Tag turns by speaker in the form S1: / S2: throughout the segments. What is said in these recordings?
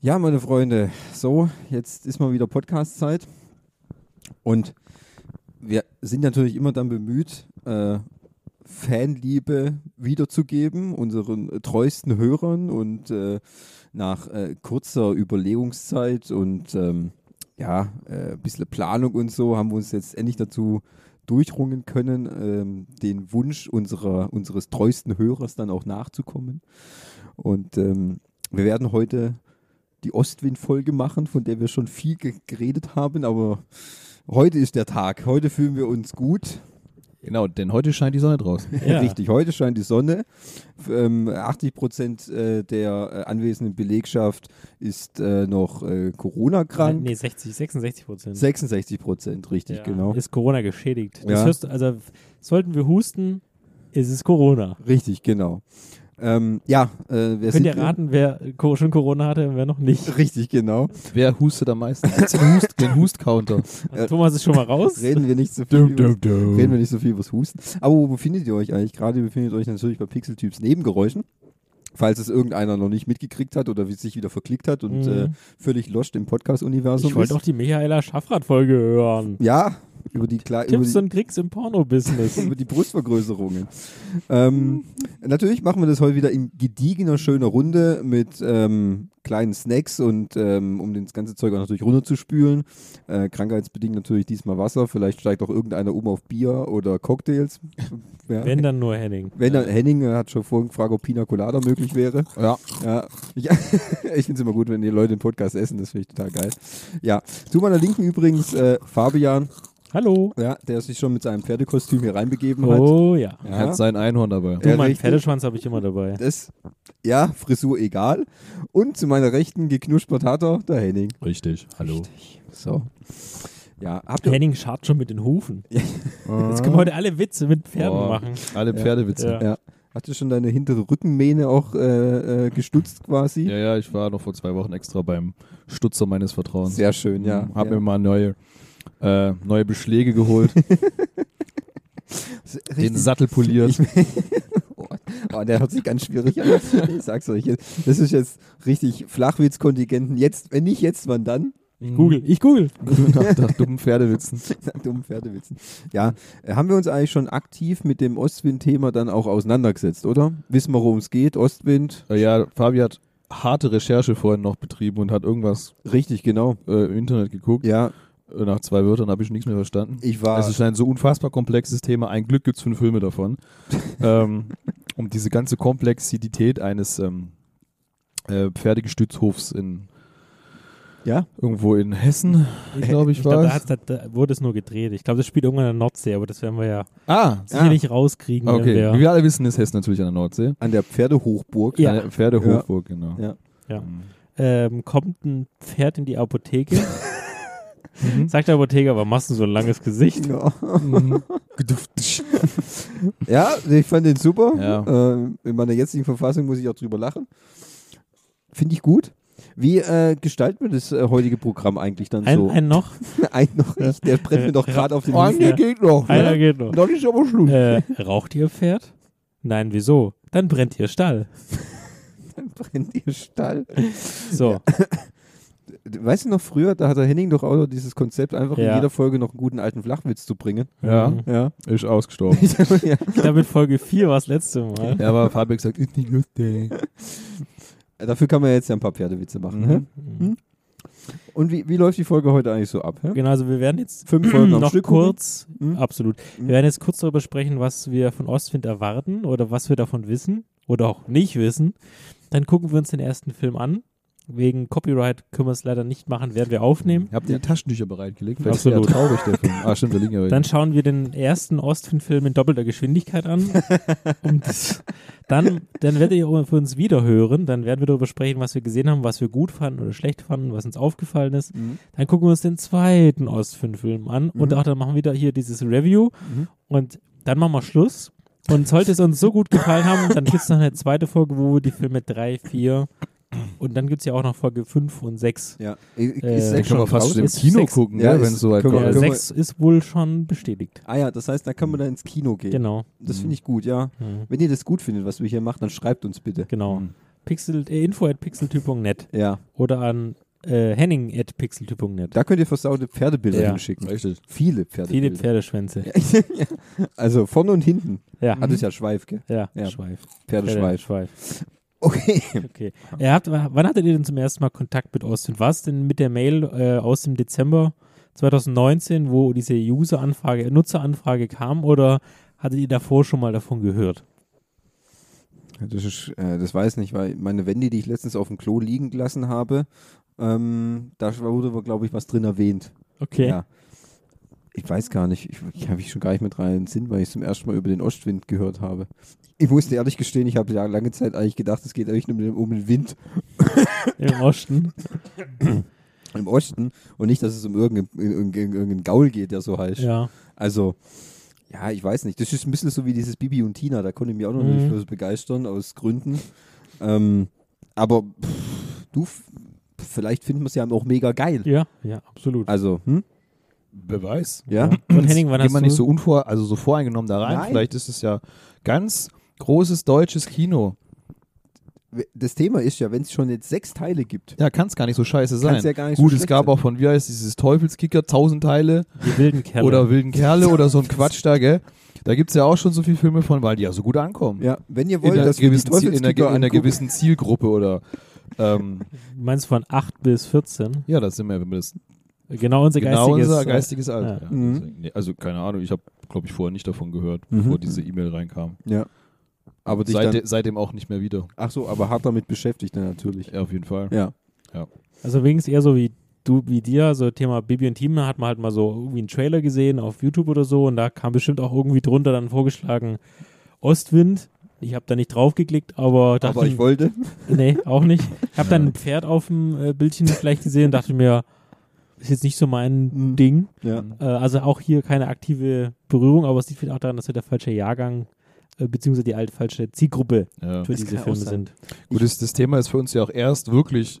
S1: Ja, meine Freunde, so, jetzt ist mal wieder Podcast-Zeit. Und wir sind natürlich immer dann bemüht, äh, Fanliebe wiederzugeben, unseren äh, treuesten Hörern und äh, nach äh, kurzer Überlegungszeit und ähm, ja, äh, ein bisschen Planung und so haben wir uns jetzt endlich dazu durchrungen können, ähm, den Wunsch unserer, unseres treuesten Hörers dann auch nachzukommen. Und ähm, wir werden heute die Ostwind-Folge machen, von der wir schon viel ge- geredet haben, aber heute ist der Tag. Heute fühlen wir uns gut.
S2: Genau, denn heute scheint die Sonne draußen.
S3: Ja. Ne,
S1: Richtig, heute scheint die Sonne. F- Ähm, 80 Prozent äh, der äh, anwesenden Belegschaft ist äh, noch äh, Corona-krank.
S3: Nee, 60, 66 Prozent.
S1: 66 Prozent, richtig,
S3: Ja,
S1: genau.
S3: Ist Corona geschädigt. Das
S1: Ja.
S3: hörst du, also f- sollten wir husten, ist es Corona.
S1: Richtig, genau. Ähm, ja, äh, wer
S3: Könnt
S1: sind
S3: ihr
S1: wir?
S3: raten, wer Co- schon Corona hatte und wer noch nicht?
S1: Richtig, genau.
S2: Wer hustet am meisten? Gibt's den Hust- Den Hust-Counter.
S3: Also Thomas ist schon mal raus.
S1: Reden wir nicht so viel. übers- Reden wir nicht so viel übers Husten. Aber wo befindet ihr euch eigentlich? Gerade ihr befindet euch natürlich bei Pixeltyps Nebengeräuschen. Falls es irgendeiner noch nicht mitgekriegt hat oder wie- sich wieder verklickt hat und
S3: Mhm.
S1: äh, völlig loscht im Podcast-Universum
S3: ich wollte
S1: ist.
S3: auch die Michaela Schaffrath-Folge hören.
S1: Ja, über die, Kle über
S3: Tipps
S1: die,
S3: und Tricks im Porno-Business.
S1: über die Brustvergrößerungen. ähm, natürlich machen wir das heute wieder in gediegener, schöner Runde mit ähm, kleinen Snacks und ähm, um das ganze Zeug auch natürlich runterzuspülen. Äh, krankheitsbedingt natürlich diesmal Wasser. Vielleicht steigt auch irgendeiner um auf Bier oder Cocktails. Ja.
S3: Wenn dann nur Henning.
S1: Wenn dann, Henning äh, hat schon vorhin gefragt, ob Pina Colada möglich wäre.
S2: Ja.
S1: Ja, ich, ich finde es immer gut, wenn die Leute den Podcast essen, das finde ich total geil. Ja, zu meiner Linken übrigens äh, Fabian,
S3: Hallo.
S1: ja, der sich schon mit seinem Pferdekostüm hier reinbegeben hat.
S3: Oh ja.
S1: Ja,
S2: Er hat sein Einhorn dabei.
S3: Du,
S1: Ja,
S3: mein
S1: richtig.
S3: Pferdeschwanz habe ich immer dabei.
S1: das, ja, Frisur egal. Und zu meiner Rechten geknuspert hat er der Henning.
S2: Richtig, hallo.
S1: So. Ja, habt ihr.
S3: Henning schart schon mit den Hufen. Jetzt können wir heute alle Witze mit Pferden
S2: Boah,
S3: machen.
S2: Alle Pferdewitze.
S3: Ja.
S1: Ja. Hast du schon deine hintere Rückenmähne auch äh, äh, gestutzt quasi?
S2: Ja. ja, ich war noch vor zwei Wochen extra beim Stutzer meines Vertrauens. Hm,
S1: Sehr schön, ja.
S2: Hab
S1: ja.
S2: mir mal neue, äh, neue Beschläge geholt, den
S1: Richtig
S2: Sattel poliert.
S1: Oh, der hört sich ganz schwierig an. Ich sag's euch jetzt. Das ist jetzt richtig Flachwitzkontingenten. Jetzt, wenn nicht jetzt, wann dann?
S3: Google. Ich google.
S2: Hm. nach, nach dummen Pferdewitzen.
S1: Nach dummen Pferdewitzen. Ja, äh, haben wir uns eigentlich schon aktiv mit dem Ostwind-Thema dann auch auseinandergesetzt, oder? Wissen wir, worum es geht? Ostwind?
S2: Äh, Ja, Fabi hat harte Recherche vorhin noch betrieben und hat irgendwas
S1: Richtig, genau.
S2: äh, im Internet geguckt.
S1: Ja,
S2: Äh, Nach zwei Wörtern habe ich nichts mehr verstanden.
S1: ich war.
S3: Also
S2: Es ist ein so unfassbar komplexes Thema. Ein Glück gibt es fünf Filme davon. ähm, um diese ganze Komplexität eines ähm, äh, Pferdegestützhofs in
S1: Ja?
S2: irgendwo in Hessen, glaube ich,
S3: ich
S2: war
S3: glaube, da,
S2: es.
S3: hat's- halt, da- da wurde es nur gedreht. Ich glaube, das spielt irgendwann in der Nordsee, aber das werden wir ja
S2: Ah,
S3: sicherlich rauskriegen.
S2: okay. Wie
S3: Wenn wir
S2: wir alle wissen, ist Hessen natürlich an der Nordsee.
S1: an der Pferdehochburg.
S3: Ja.
S2: An der Pferdehofburg, genau.
S1: Ja.
S3: Ja.
S2: Mhm.
S3: ähm, kommt ein Pferd in die Apotheke, sagt der Apotheker, warum machst du so ein langes Gesicht?
S1: Ja.
S2: Mhm.
S1: ja, ich fand den super.
S2: Ja.
S1: Ähm, in meiner jetzigen Verfassung muss ich auch drüber lachen. Finde ich gut. Wie äh, gestalten wir das äh, heutige Programm eigentlich dann
S3: Ein,
S1: so?
S3: ein noch,
S1: Ein noch nicht, der brennt mir doch gerade auf den Hintern.
S3: Ja.
S2: Oh, geht noch.
S3: einer geht noch.
S2: Dann ist aber Schluss.
S3: Äh, raucht ihr Pferd? Nein, wieso? Dann brennt ihr Stall.
S1: brennt ihr Stall.
S3: So,
S1: Weißt du noch früher, da hatte Henning doch auch noch dieses Konzept, einfach in
S3: Ja.
S1: jeder Folge noch einen guten alten Flachwitz zu bringen.
S2: Ja,
S3: Mhm.
S1: Ja.
S2: ist ausgestorben.
S1: ja.
S3: damit Folge 4 war das letzte Mal.
S2: ja, aber Fabi hat gesagt, ist nicht lustig.
S1: Dafür kann man jetzt ja ein paar Pferdewitze machen.
S2: Mhm.
S1: hä? Und wie, wie läuft die Folge heute eigentlich so ab? Hä?
S3: Genau, also wir werden jetzt
S1: Fünf Folgen am
S3: noch
S1: Stück gucken?
S3: kurz,
S1: Mhm.
S3: absolut.
S1: Mhm.
S3: Wir werden jetzt kurz darüber sprechen, was wir von Ostwind erwarten oder was wir davon wissen oder auch nicht wissen. Dann gucken wir uns den ersten Film an. Wegen Copyright können wir es leider nicht machen, werden wir aufnehmen.
S2: Habt ihr die Taschentücher bereitgelegt? Vielleicht
S3: Absolut.
S2: ist der ja traurig, der Film. Ah, stimmt, da liegen ja welche.
S3: Dann schauen wir den ersten Ostwind-Film in doppelter Geschwindigkeit an. um das, dann, dann werdet ihr für uns wieder hören. Dann werden wir darüber sprechen, was wir gesehen haben, was wir gut fanden oder schlecht fanden, was uns aufgefallen ist.
S1: Mhm.
S3: Dann gucken wir uns den zweiten Ostfilm-Film an und
S1: Mhm.
S3: auch dann machen wir wieder hier dieses Review
S1: Mhm.
S3: und dann machen wir Schluss. Und sollte es uns so gut gefallen haben, dann gibt es noch eine zweite Folge, wo wir die Filme 3, 4 und dann gibt es ja auch noch Folge 5 und 6.
S1: Ja. Ist
S3: Äh,
S1: sechs
S3: den
S2: Den
S1: schon
S2: können wir fast
S1: draußen?
S2: schon im
S3: Ist
S2: Kino
S3: sechs-
S2: gucken,
S1: Ja,
S2: ja, wenn
S1: ist-
S2: es also so weit
S1: können wir-
S2: kommt.
S3: Ja,
S1: können wir-
S3: 6 ist wohl schon bestätigt.
S1: Ah ja, das heißt, da kann man dann ins Kino gehen.
S3: Genau.
S1: Das finde ich gut, ja.
S3: Mhm.
S1: Wenn ihr das gut findet, was wir hier machen, dann schreibt uns bitte.
S3: Genau.
S2: Mhm.
S3: pixel, äh, info at pixeltyp.net
S2: Genau.
S1: Ja,
S3: oder an äh, henning at pixeltyp.net.
S1: da könnt ihr versaute Pferdebilder
S3: Ja.
S1: hinschicken.
S2: Richtig.
S1: Viele
S3: Viele
S1: Pferdebilder.
S3: Pferdeschwänze.
S1: also vorne und hinten.
S3: Ja.
S2: Mhm.
S1: Hat es ja Schweif, gell?
S3: Ja,
S1: Also Ja.
S3: Schweif.
S1: Pferdeschweif.
S3: Pferdeschweif.
S1: Okay.
S3: Okay. Ihr habt, wann hattet ihr denn zum ersten Mal Kontakt mit Austin? War es denn mit der Mail äh, aus dem Dezember 2019, wo diese User-Anfrage, Nutzeranfrage kam oder hattet ihr davor schon mal davon gehört?
S1: Das, ist, äh, das weiß nicht, weil meine Wendy, die ich letztens auf dem Klo liegen gelassen habe, ähm, da wurde, glaube ich, was drin erwähnt.
S3: Okay.
S1: Ja. Ich weiß gar nicht, ich, ich habe ich schon gar nicht mit rein in den Sinn, weil ich zum ersten Mal über den Ostwind gehört habe. Ich musste ehrlich gestehen, ich habe ja lange Zeit eigentlich gedacht, es geht eigentlich nur um den, um den Wind
S3: Im Osten.
S1: im Osten und nicht, dass es um irgendeinen irgendein, irgendein Gaul geht, der so heißt.
S3: ja.
S1: Also, ja, ich weiß nicht. Das ist ein bisschen so wie dieses Bibi und Tina. Da konnte ich mich auch noch
S3: Mhm.
S1: nicht für begeistern, aus Gründen. Ähm, aber pff, du, f- vielleicht finden wir es ja auch mega geil.
S3: Ja, ja, absolut.
S1: Also, hm?
S2: Wer weiß.
S1: Ja?
S3: Und Henning, wann
S2: Geht
S3: hast du
S2: man nicht so unvor, also so voreingenommen da rein.
S1: Nein.
S2: Vielleicht ist es ja ganz großes deutsches Kino.
S1: Das Thema ist ja, wenn es schon jetzt sechs Teile gibt,
S2: Ja, kann es gar nicht so scheiße sein.
S1: kann's ja gar nicht so
S2: Gut, es
S1: schlecht
S2: gab
S1: sein.
S2: auch von, wie heißt dieses Teufelskicker, tausend Teile
S3: die wilden Kerle?
S2: oder wilden Kerle oder so ein Quatsch da, gell? Da gibt es ja auch schon so viele Filme von, weil die ja so gut ankommen.
S1: Ja, wenn ihr
S2: in,
S1: wollt,
S2: einer
S1: dass wir die
S2: gewissen Ziel, in, einer, ge-
S1: Teufelskicker
S2: in einer
S1: angucken-
S2: gewissen Zielgruppe oder ähm,
S3: meinst du von 8 bis 14?
S2: ja, das sind wir wenn wir das
S3: Genau unser
S2: genau
S3: geistiges.
S2: unser
S3: äh,
S2: geistiges Alter. Ja.
S1: Mhm.
S2: deswegen, nee, Also keine Ahnung, ich habe, glaube ich, vorher nicht davon gehört,
S1: Mhm.
S2: bevor diese E-Mail reinkam.
S1: Ja. Aber dich
S2: Seitde-
S1: dann,
S2: seitdem auch nicht mehr wieder.
S1: ach so, aber hart damit beschäftigt dann natürlich.
S2: Ja, auf jeden Fall.
S1: Ja.
S3: Also wenigstens eher so wie du, wie dir, so Thema Bibi und Tina hat man halt mal so irgendwie einen Trailer gesehen auf YouTube oder so und da kam bestimmt auch irgendwie drunter dann vorgeschlagen Ostwind. Ich habe da nicht draufgeklickt, aber dachte
S1: Aber ich wollte.
S3: nee, auch nicht. Ich habe dann ein Pferd auf dem äh, Bildchen vielleicht gesehen und dachte mir, ist jetzt nicht so mein
S1: Mhm.
S3: Ding.
S1: Ja.
S3: Äh, also auch hier keine aktive Berührung, aber es liegt vielleicht auch daran, dass wir der falsche Jahrgang äh, beziehungsweise die alte falsche Zielgruppe
S2: Ja.
S3: für
S1: Das
S3: diese
S1: kann auch
S3: Filme
S1: sein.
S3: sind.
S2: Gut, das, das Thema ist für uns ja auch erst wirklich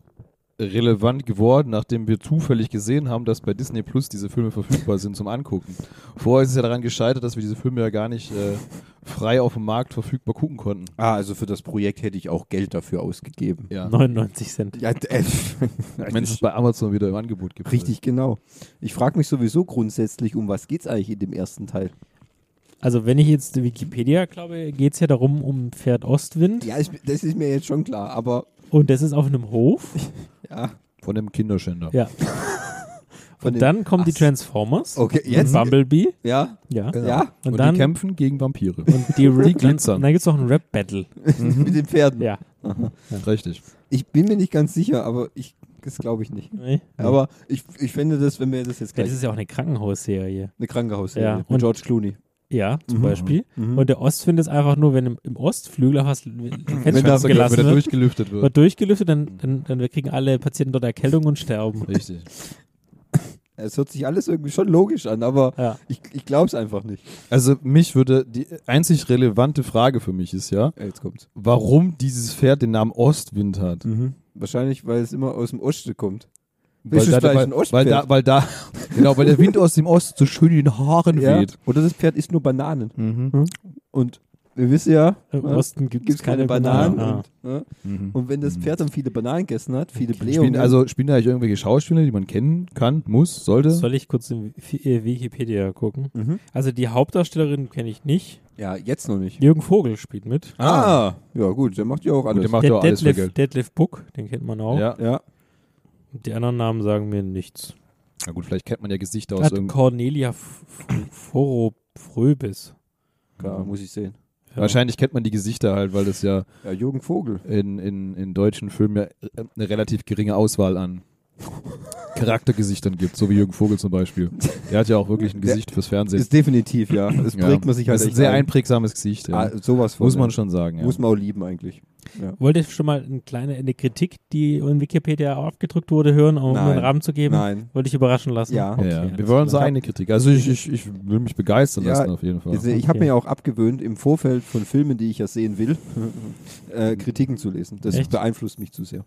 S2: relevant geworden, nachdem wir zufällig gesehen haben, dass bei Disney Plus diese Filme verfügbar sind zum Angucken. Vorher ist es ja daran gescheitert, dass wir diese Filme ja gar nicht äh, frei auf dem Markt verfügbar gucken konnten.
S1: Ah, also für das Projekt hätte ich auch Geld dafür ausgegeben.
S2: Ja.
S3: 99 Cent.
S1: Ja, d- äh,
S2: Wenn es bei Amazon wieder im Angebot gibt.
S1: Richtig, genau. Ich frage mich sowieso grundsätzlich, um was geht's eigentlich in dem ersten Teil?
S3: Also wenn ich jetzt die Wikipedia glaube, geht es ja darum um Pferd Ostwind
S1: Ja, ich, das ist mir jetzt schon klar, aber
S3: und das ist auf einem Hof.
S1: ja.
S2: äh, Von dem Kinderschänder.
S3: Ja.
S1: Von
S3: und
S1: dem-
S3: dann kommen die
S1: Ach,
S3: Transformers.
S1: Okay, jetzt.
S3: Bumblebee.
S1: Ja,
S3: Ja.
S1: genau.
S2: Ja.
S1: ja.
S3: Und,
S2: Und,
S3: dann
S2: die kämpfen gegen Vampire.
S3: und die,
S2: die
S3: dann,
S2: glitzern.
S3: dann gibt es auch ein Rap-Battle.
S1: mit den Pferden.
S3: Mhm. Ja.
S2: Richtig.
S1: Ich bin mir nicht ganz sicher, aber ich, das glaube ich nicht.
S3: Nee.
S1: Aber ich, ich fände das, wenn wir das jetzt
S3: Ja, Das
S1: gleich.
S3: ist ja auch eine Krankenhausserie.
S1: Eine Krankenhausserie
S3: Ja,
S1: mit
S3: und-
S1: George Clooney.
S3: Ja, zum
S1: Mhm.
S3: Beispiel.
S1: Mhm.
S3: Und der Ostwind ist einfach nur, wenn im, im Ostflügel einfach das
S1: Wenn
S3: Fenster
S1: da-
S2: Fenster-
S3: gelassen
S2: wenn er
S3: wird,
S2: durchgelüftet wird.
S3: wird durchgelüftet, dann, dann, dann wir kriegen alle Patienten dort Erkältung und sterben.
S2: Richtig.
S1: Es hört sich alles irgendwie schon logisch an, aber
S3: Ja.
S1: ich, ich glaube es einfach nicht.
S2: Also mich würde, die einzig relevante Frage für mich ist ja,
S1: Ja, jetzt kommt's.
S2: warum dieses Pferd den Namen Ostwind hat.
S1: Wahrscheinlich, weil es immer aus dem Osten kommt.
S2: Weil
S1: Ist es
S2: da,
S1: gleich
S2: weil,
S1: ein Ostpferd?
S2: weil da, weil da, genau, weil der Wind aus dem Osten so schön in den Haaren
S1: Ja.
S2: weht.
S1: Oder das Pferd isst nur Bananen.
S2: Mhm.
S1: Und wir wissen ja,
S3: Im
S1: ja,
S3: Osten gibt
S1: gibt's
S3: es
S1: keine,
S3: Äh, keine,
S1: Bananen.
S3: Ah.
S1: Und, ne?
S2: Mhm.
S1: und wenn das Pferd dann viele Bananen gegessen hat, viele
S2: Spielen,
S1: Blähungen.
S2: also spielen da eigentlich irgendwelche Schauspieler, die man kennen kann, muss, sollte?
S3: Ah. Soll ich kurz in Wi- äh, Wikipedia gucken?
S1: Mhm.
S3: Also die Hauptdarstellerin kenne ich nicht.
S1: ja, jetzt noch nicht.
S3: Jürgen Vogel spielt mit.
S1: Ah, ja gut, der macht ja auch
S2: Gut,
S1: alles.
S2: der macht ja
S3: Det-
S2: auch alles für
S3: Detlef,
S2: Geld.
S3: Detlef Buck, den kennt man auch.
S2: Ja.
S1: ja,
S3: Die anderen Namen sagen mir nichts.
S2: Na gut, vielleicht kennt man ja Gesichter aus
S3: Hat
S2: irgendeinem.
S3: Cornelia F- F- Foro Fröbis.
S1: klar, muss ich sehen.
S3: Ja.
S2: Wahrscheinlich kennt man die Gesichter halt, weil das ja
S1: Ja, Jürgen Vogel.
S2: in, in, in deutschen Filmen ja äh, eine relativ geringe Auswahl an Charaktergesichtern gibt, so wie Jürgen Vogel zum Beispiel. Der hat ja auch wirklich ein
S1: Der-
S2: Gesicht fürs Fernsehen.
S1: Ist definitiv, ja. Das
S2: Ja.
S1: prägt man sich halt
S2: Das ist ein
S1: echt
S2: sehr
S1: ein.
S2: einprägsames Gesicht. Ja.
S1: Ah, sowas von.
S2: Muss
S1: ja.
S2: man schon sagen. Ja.
S1: Muss man auch lieben eigentlich.
S3: Wollt ihr schon mal eine kleine eine Kritik, die in Wikipedia abgedrückt wurde, hören, um
S1: Nein.
S3: einen Rahmen zu geben?
S1: Nein.
S3: Wollte ich überraschen lassen?
S1: Ja.
S2: Ja,
S3: Okay,
S2: ja.
S3: alles
S2: Wir wollen unsere
S3: klar.
S2: eigene Kritik. Also ich, ich, ich will mich begeistern
S1: Ja,
S2: lassen auf jeden Fall.
S1: Also, Ich habe
S3: Okay.
S1: mir ja auch abgewöhnt, im Vorfeld von Filmen, die ich ja sehen will, äh, Kritiken zu lesen. Das
S3: Echt?
S1: beeinflusst mich zu sehr.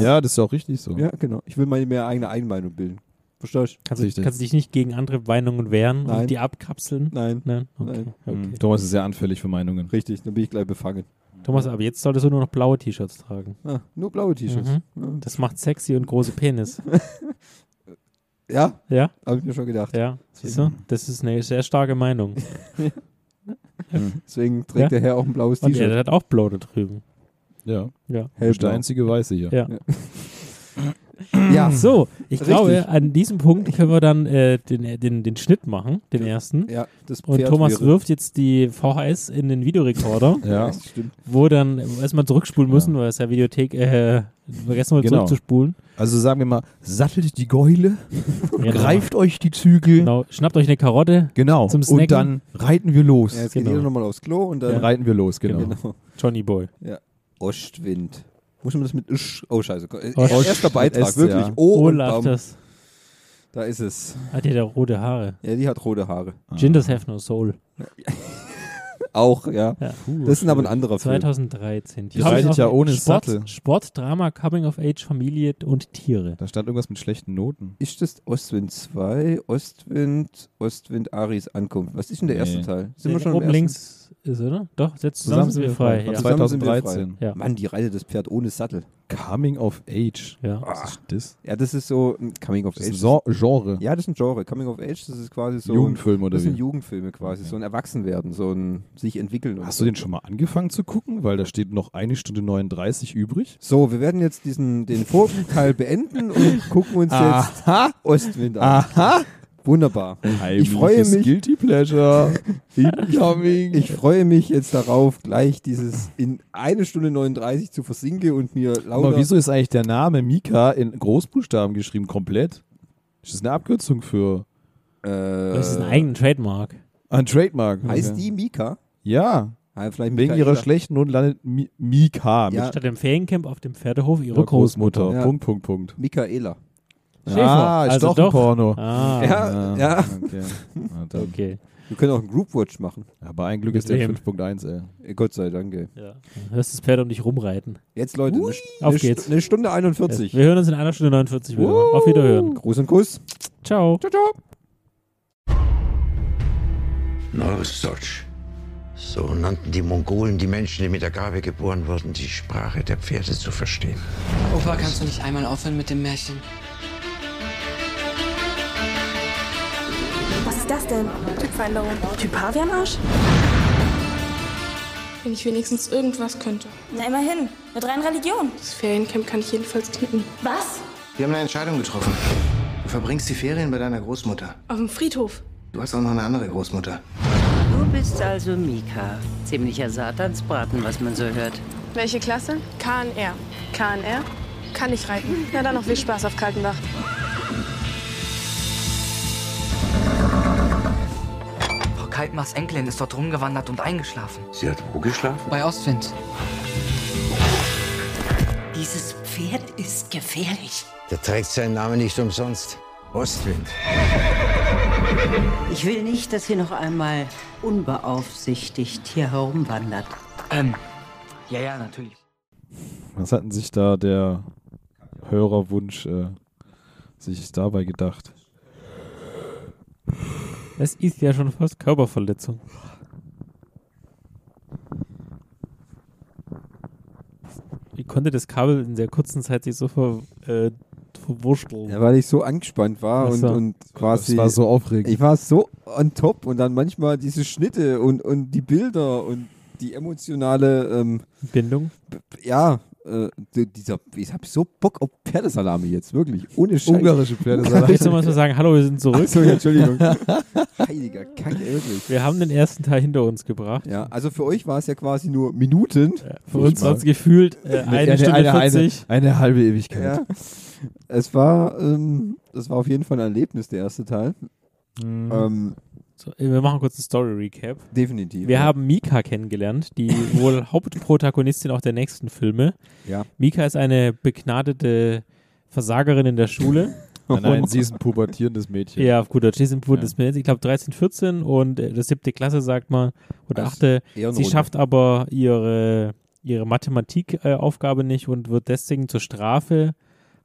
S2: Ja, das ist auch richtig so.
S1: Ja, genau. Ich will meine mehr eigene Einmeinung bilden. Verstehst du?
S3: Kannst, du,
S2: Richtig.
S3: Also kannst du dich nicht gegen andere Meinungen wehren
S1: Nein.
S3: und die abkapseln?
S1: Nein.
S3: Nein? Okay.
S1: Nein.
S2: Mhm.
S3: okay.
S2: Thomas ist sehr anfällig für Meinungen.
S1: Richtig, dann bin ich gleich befangen.
S2: Mhm.
S3: Thomas, aber jetzt solltest du nur noch blaue T-Shirts tragen.
S1: Ah, nur blaue T-Shirts.
S3: Mhm.
S1: Ja.
S3: Das macht sexy und große Penis.
S1: Ja,
S3: Ja?
S1: habe ich mir schon gedacht.
S3: Ja, siehst du? Das ist eine sehr starke Meinung.
S1: Deswegen trägt
S3: Mhm. Ja.
S1: der Herr auch ein blaues
S3: Und er
S1: T-Shirt.
S3: hat auch blau da drüben.
S2: Ja.
S3: Ja.
S2: Du bist der
S1: Hellblau.
S2: einzige Weiße hier.
S3: Ja.
S1: Ja,
S3: So, ich
S1: Mhm. Richtig.
S3: glaube, an diesem Punkt können wir dann äh, den, den, den Schnitt machen, den ersten.
S1: ja das
S3: Und
S1: Pferd
S3: Thomas
S1: wäre-
S3: wirft jetzt die VHS in den Videorekorder,
S2: Ja.
S1: Das stimmt.
S3: wo dann erstmal zurückspulen müssen, weil es ja Videothek, äh, vergessen wir
S2: Genau.
S3: zurückzuspulen.
S2: Also sagen wir mal, sattelt die Geule,
S3: Genau.
S2: greift euch die Zügel.
S3: Genau, schnappt euch eine Karotte.
S2: Genau.
S3: Zum Snacken.
S2: und dann reiten wir los.
S1: Ja, jetzt
S3: Genau.
S1: geht jeder nochmal aufs Klo und
S2: Dann
S1: dann.
S2: reiten wir los, genau.
S1: Genau.
S3: Johnny Boy.
S1: Ostwind. Muss man das mit Isch? Oh, scheiße. Äh,
S3: Ost-
S1: Erster Beitrag,
S2: S,
S1: wirklich.
S2: ja.
S1: Oh, und
S3: Olaf,
S1: Baum.
S3: das Ah,
S1: Da ist es.
S3: hat ja da rote Haare.
S1: Ja, die hat rote Haare.
S2: Ah.
S3: Gingers Have No Soul.
S1: Auch, ja.
S3: Ja.
S1: Das ist aber ein anderer Film.
S3: 2013.
S2: Die reitet
S3: Coming
S2: ja
S3: of-
S2: ohne
S3: Sport,
S2: Sattel.
S3: Sport, Drama, Coming of Age, Familie und Tiere.
S2: Da stand irgendwas mit schlechten Noten.
S1: Ist das Ostwind 2, Ostwind, Ostwind Aris Ankunft? Was ist denn der erste
S2: Nee.
S1: Teil? Sind wir
S3: Der
S1: schon im
S3: Äh, oben
S1: ersten?
S3: links ist, oder? Doch, setzt zusammen, sind wir frei.
S2: Von
S3: Ja.
S1: Zusammen sind wir
S2: 2013.
S3: Ja.
S1: Mann, die reitet das Pferd ohne Sattel.
S2: Coming of Age.
S3: Ja.
S2: Was ist das?
S1: Ja, das ist so ein Coming of
S2: Das
S1: Age.
S2: ist ein Genre.
S1: ja, das ist ein Genre. Coming of Age, das ist quasi so.
S2: Jugendfilm oder
S1: Das sind
S2: wie?
S1: Jugendfilme quasi, so ein Erwachsenwerden, so ein sich entwickeln. und
S2: Hast
S1: so.
S2: du den schon mal angefangen zu gucken? Weil da steht noch eine Stunde 39 übrig.
S1: So, wir werden jetzt diesen, den Vorteil beenden und gucken uns jetzt
S2: Aha!
S1: Ostwind an.
S2: Aha!
S1: Wunderbar. Ich freue mich.
S2: Guilty Pleasure. Incoming.
S1: Ich freue mich jetzt darauf, gleich dieses in eine Stunde 39 zu versinken und mir
S2: Aber
S1: lauter...
S2: wieso ist eigentlich der Name Mika in Großbuchstaben geschrieben, komplett? Ist das eine Abkürzung für
S1: Äh,
S3: Das ist ein eigener Trademark.
S2: ein Trademark?
S1: Heißt
S2: Okay.
S1: die Mika?
S2: Ja,
S1: Ah, vielleicht
S2: wegen
S1: Michaela.
S2: ihrer schlechten Noten landet Mi Mika
S1: Ja.
S2: mit
S3: Statt im Feriencamp auf dem Pferdehof ihrer
S2: ihrer
S3: Großmutter.
S2: Großmutter.
S1: Ja.
S2: Punkt, Punkt, Punkt.
S1: Michaela.
S3: Schäfer,
S2: ah, ist
S3: also
S2: doch,
S3: doch.
S2: ein Porno.
S3: Ah,
S1: Ja. ja.
S2: Okay. Na dann.
S3: okay.
S1: Wir können auch einen Groupwatch machen.
S2: Aber ein Glück
S3: Mit
S2: ist der
S3: wem?
S2: 5.1, ey.
S1: Äh, Gott sei Dank. ey.
S3: Ja. Du hörst das Pferd um dich rumreiten.
S1: Jetzt, Leute, eine, St-
S3: Auf
S1: eine,
S3: geht's.
S1: St eine Stunde
S3: Ja.
S1: 41.
S3: Wir hören uns in einer Stunde 49 wieder.
S2: Wuhu.
S3: Auf Wiederhören.
S1: Gruß und Kuss.
S3: Ciao.
S1: Ciao, ciao.
S4: Norsotsch. So nannten die Mongolen die Menschen, die mit der Gabe geboren wurden, die Sprache der Pferde zu verstehen.
S5: Opa, kannst du nicht einmal aufhören mit dem Märchen?
S6: Was ist das denn? Typveränderung. Typ Haar wie am Arsch?
S7: Wenn ich wenigstens irgendwas könnte.
S6: Na immerhin, mit rein Religion.
S7: Das Feriencamp kann ich jedenfalls knicken.
S6: Was?
S8: Wir haben eine Entscheidung getroffen. Du verbringst die Ferien bei deiner Großmutter.
S7: Auf dem Friedhof.
S8: Du hast auch noch eine andere Großmutter.
S9: Du bist also Mika. Ziemlicher Satansbraten, was man so hört.
S10: Welche Klasse?
S7: KNR.
S10: KNR?
S7: Kann ich reiten.
S10: Na dann noch viel Spaß auf Kaltenbach.
S5: Frau Kaltmachs Enkelin ist dort rumgewandert und eingeschlafen.
S4: Sie hat wo geschlafen?
S5: Bei Ostwind.
S9: Dieses Pferd ist gefährlich.
S4: Der trägt seinen Namen nicht umsonst. Ostwind.
S9: Ich will nicht, dass ihr noch einmal unbeaufsichtigt hier herumwandert.
S5: Ähm, ja, ja, natürlich.
S2: Was hatten sich da der Hörerwunsch äh, sich dabei gedacht?
S3: Das ist ja schon fast Körperverletzung. Wie konnte das Kabel in der kurzen Zeit sich so ver, äh, verwurschteln?
S1: Ja, weil ich so angespannt war
S3: Ach
S1: und,
S3: so.
S1: und quasi.
S2: Das war so aufregend.
S1: ich war so on top und dann manchmal diese Schnitte und, und die Bilder und die emotionale, ähm,
S3: Bindung?
S1: ja, äh, di- dieser, ich habe so Bock auf Pferdesalami jetzt, wirklich, ohne Scheiß.
S2: Ungarische Pferde.
S3: Soll ich nochmal so sagen, hallo, wir sind
S1: Also, Ach
S3: zurück.
S1: so, ja, Entschuldigung. Heiliger Kack, ey, wirklich.
S3: Wir haben den ersten Teil hinter uns gebracht.
S1: Ja, also für euch war es ja quasi nur Minuten.
S3: Für uns
S2: Furchtbar.
S3: hat es gefühlt äh, eine Stunde
S2: eine, eine,
S3: 40.
S2: eine halbe Ewigkeit.
S1: Ja. Es war, ähm, das war auf jeden Fall ein Erlebnis, der erste Teil.
S3: Mhm.
S1: Ähm,
S3: So, äh, wir machen kurz einen Story-Recap.
S1: definitiv.
S3: Wir
S1: ja.
S3: haben Mika kennengelernt, die wohl Hauptprotagonistin auch der nächsten Filme.
S1: Ja.
S3: Mika ist eine begnadete Versagerin in der Schule.
S2: Nein, nein, sie ist ein pubertierendes Mädchen.
S3: ja, auf gut Deutsch. Sie ist im Bund
S2: Ja.
S3: des Mädels, ich glaube 13, 14 und äh, das siebte Klasse, sagt man, oder
S1: Das
S3: achte. Sie
S1: Ehrenrunde.
S3: schafft aber ihre, ihre Mathematikaufgabe äh, Aufgabe nicht und wird deswegen zur Strafe,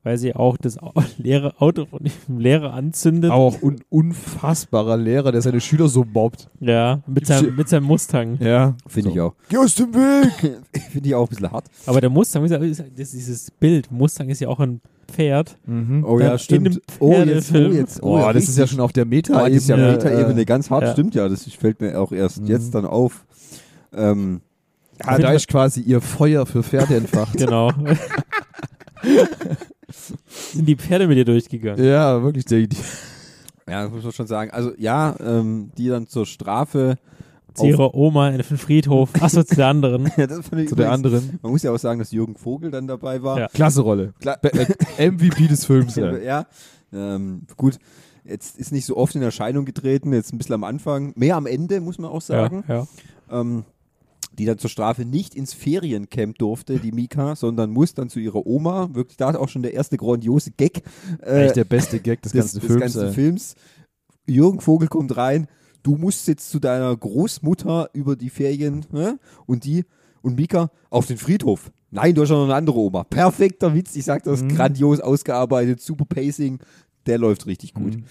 S3: weil sie auch das au- leere Auto von dem Lehrer anzündet.
S2: Auch ein unfassbarer Lehrer, der seine Schüler so mobbt.
S3: Ja, mit seinem, mit seinem Mustang.
S2: Ja.
S1: Finde ich auch.
S2: Geh aus dem Weg!
S1: Finde ich auch ein bisschen hart.
S3: Aber der Mustang, wie gesagt, ist, das, dieses Bild, Mustang ist ja auch ein Pferd.
S1: Oh
S3: Ja,
S1: ja,
S3: in
S1: stimmt.
S3: dem
S1: Oh, jetzt, oh,
S3: Pferdefilm.
S1: jetzt.
S2: Oh, das ist ja schon auf der Meta. äh,
S1: Ah, das ist ja
S3: Ebene,
S1: Metaebene, ganz hart,
S3: ja.
S1: stimmt ja. Das fällt mir auch erst jetzt dann auf. Ähm,
S2: Ah, da ist quasi ihr Feuer für Pferde entfacht.
S3: Genau. Sind die Pferde mit dir durchgegangen?
S2: ja, wirklich. Die, die,
S1: ja, das muss man schon sagen. Also ja, ähm, die dann zur Strafe.
S2: Äh,
S3: Zu ihrer Oma in den Friedhof. Achso, zu der anderen.
S1: Ja, das fand ich
S2: zu der
S1: übrigens-
S2: anderen.
S1: Man muss ja auch sagen, dass Jürgen Vogel dann dabei war.
S3: Ja.
S2: Klasse Rolle.
S1: Klar.
S2: Be- äh, MVP des Films.
S1: Ja,
S2: Ja.
S1: ähm, gut. Jetzt ist nicht so oft in Erscheinung getreten, jetzt ein bisschen am Anfang, mehr am Ende, muss man auch sagen,
S3: Ja, ja.
S1: Ähm, die dann zur Strafe nicht ins Feriencamp durfte, die Mika, sondern muss dann zu ihrer Oma, wirklich da ist auch schon der erste grandiose Gag äh,
S2: Echt der beste Gag des,
S1: des,
S2: ganzen
S1: des
S2: Films.
S1: ganzen
S2: ey.
S1: Films. Jürgen Vogel kommt rein, du musst jetzt zu deiner Großmutter über die Ferien ne? und die und Mika auf den Friedhof. Nein, du hast ja noch eine andere Oma. Perfekter Witz, ich sag
S2: Mhm.
S1: das, grandios ausgearbeitet, super Pacing, der läuft richtig gut.
S2: Mhm.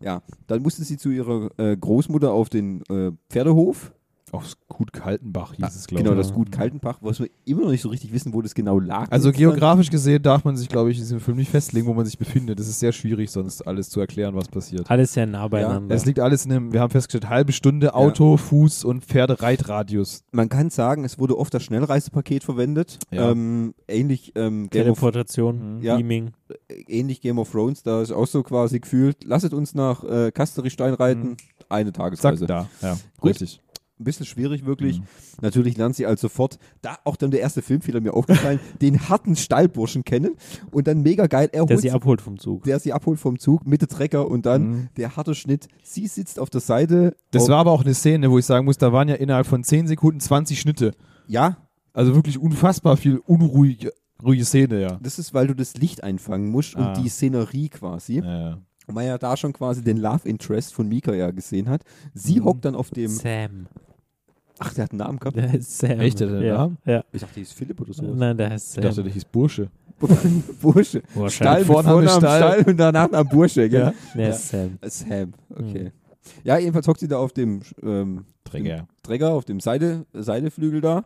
S1: Ja, dann musste sie zu ihrer äh, Großmutter auf den äh, Pferdehof,
S2: Aufs Gut Kaltenbach hieß es, glaube
S1: genau
S2: ich.
S1: das Gut Kaltenbach, was wir immer noch nicht so richtig wissen, wo das genau lag.
S2: Also
S1: Jetzt dann.
S2: geografisch gesehen darf man sich, glaube ich, in diesem Film nicht festlegen, wo man sich befindet. Es ist sehr schwierig, sonst alles zu erklären, was passiert.
S3: Alles sehr nah beieinander.
S2: Es liegt alles in einem, wir haben festgestellt, halbe Stunde Auto, Fuß und Pferdereitradius.
S1: Man kann sagen, es wurde oft das Schnellreisepaket verwendet,
S2: Ja.
S1: ähm, ähnlich ähm, Game of
S3: Teleportation,
S1: Ja.
S3: Beaming.
S1: ähnlich Game of Thrones, da ist auch so quasi gefühlt, lasset uns nach äh, Kasterichstein reiten, eine
S2: Mhm. Zack, Mhm.
S1: Tagesreise.
S2: da. Ja,
S1: Also, Gut.
S2: richtig.
S1: Ein bisschen schwierig wirklich. Natürlich lernt sie also sofort, da auch dann der erste Filmfehler mir aufgefallen, den harten Stallburschen kennen und dann mega geil erholt
S3: Der sie abholt vom Zug.
S1: der sie abholt vom Zug mit dem Trecker und dann der harte Schnitt. Sie sitzt auf der Seite.
S2: Mhm. Das
S1: auf,
S2: war aber auch eine Szene, wo ich sagen muss, da waren ja innerhalb von 10 Sekunden 20 Schnitte.
S1: ja,
S2: Also wirklich unfassbar viel unruhige ruhige Szene, ja.
S1: das ist, weil du das Licht einfangen musst
S2: Ah.
S1: und die Szenerie quasi.
S2: ja.
S1: Und man ja da schon quasi den Love Interest von Mika ja gesehen hat. Sie hockt dann auf dem.
S3: Sam.
S1: Ach, der hat einen Namen gehabt.
S3: Der heißt Sam.
S2: Echt, der hat einen
S3: ja.
S2: Namen?
S3: Ja.
S1: Ich dachte, die ist Philipp oder so.
S3: Nein, der heißt
S2: Ich
S3: Sam.
S2: dachte, der hieß Bursche.
S1: Bursche.
S3: Wahrscheinlich.
S1: Stall mit
S2: Vorname
S1: Vornamen
S2: Stall.
S1: Stall. und danach am Bursche, gell?
S3: der ist Sam.
S1: Sam, okay. Ja, jedenfalls hockt sie da auf dem ähm,
S2: Träger.
S1: Träger, auf dem Seide, Seideflügel da,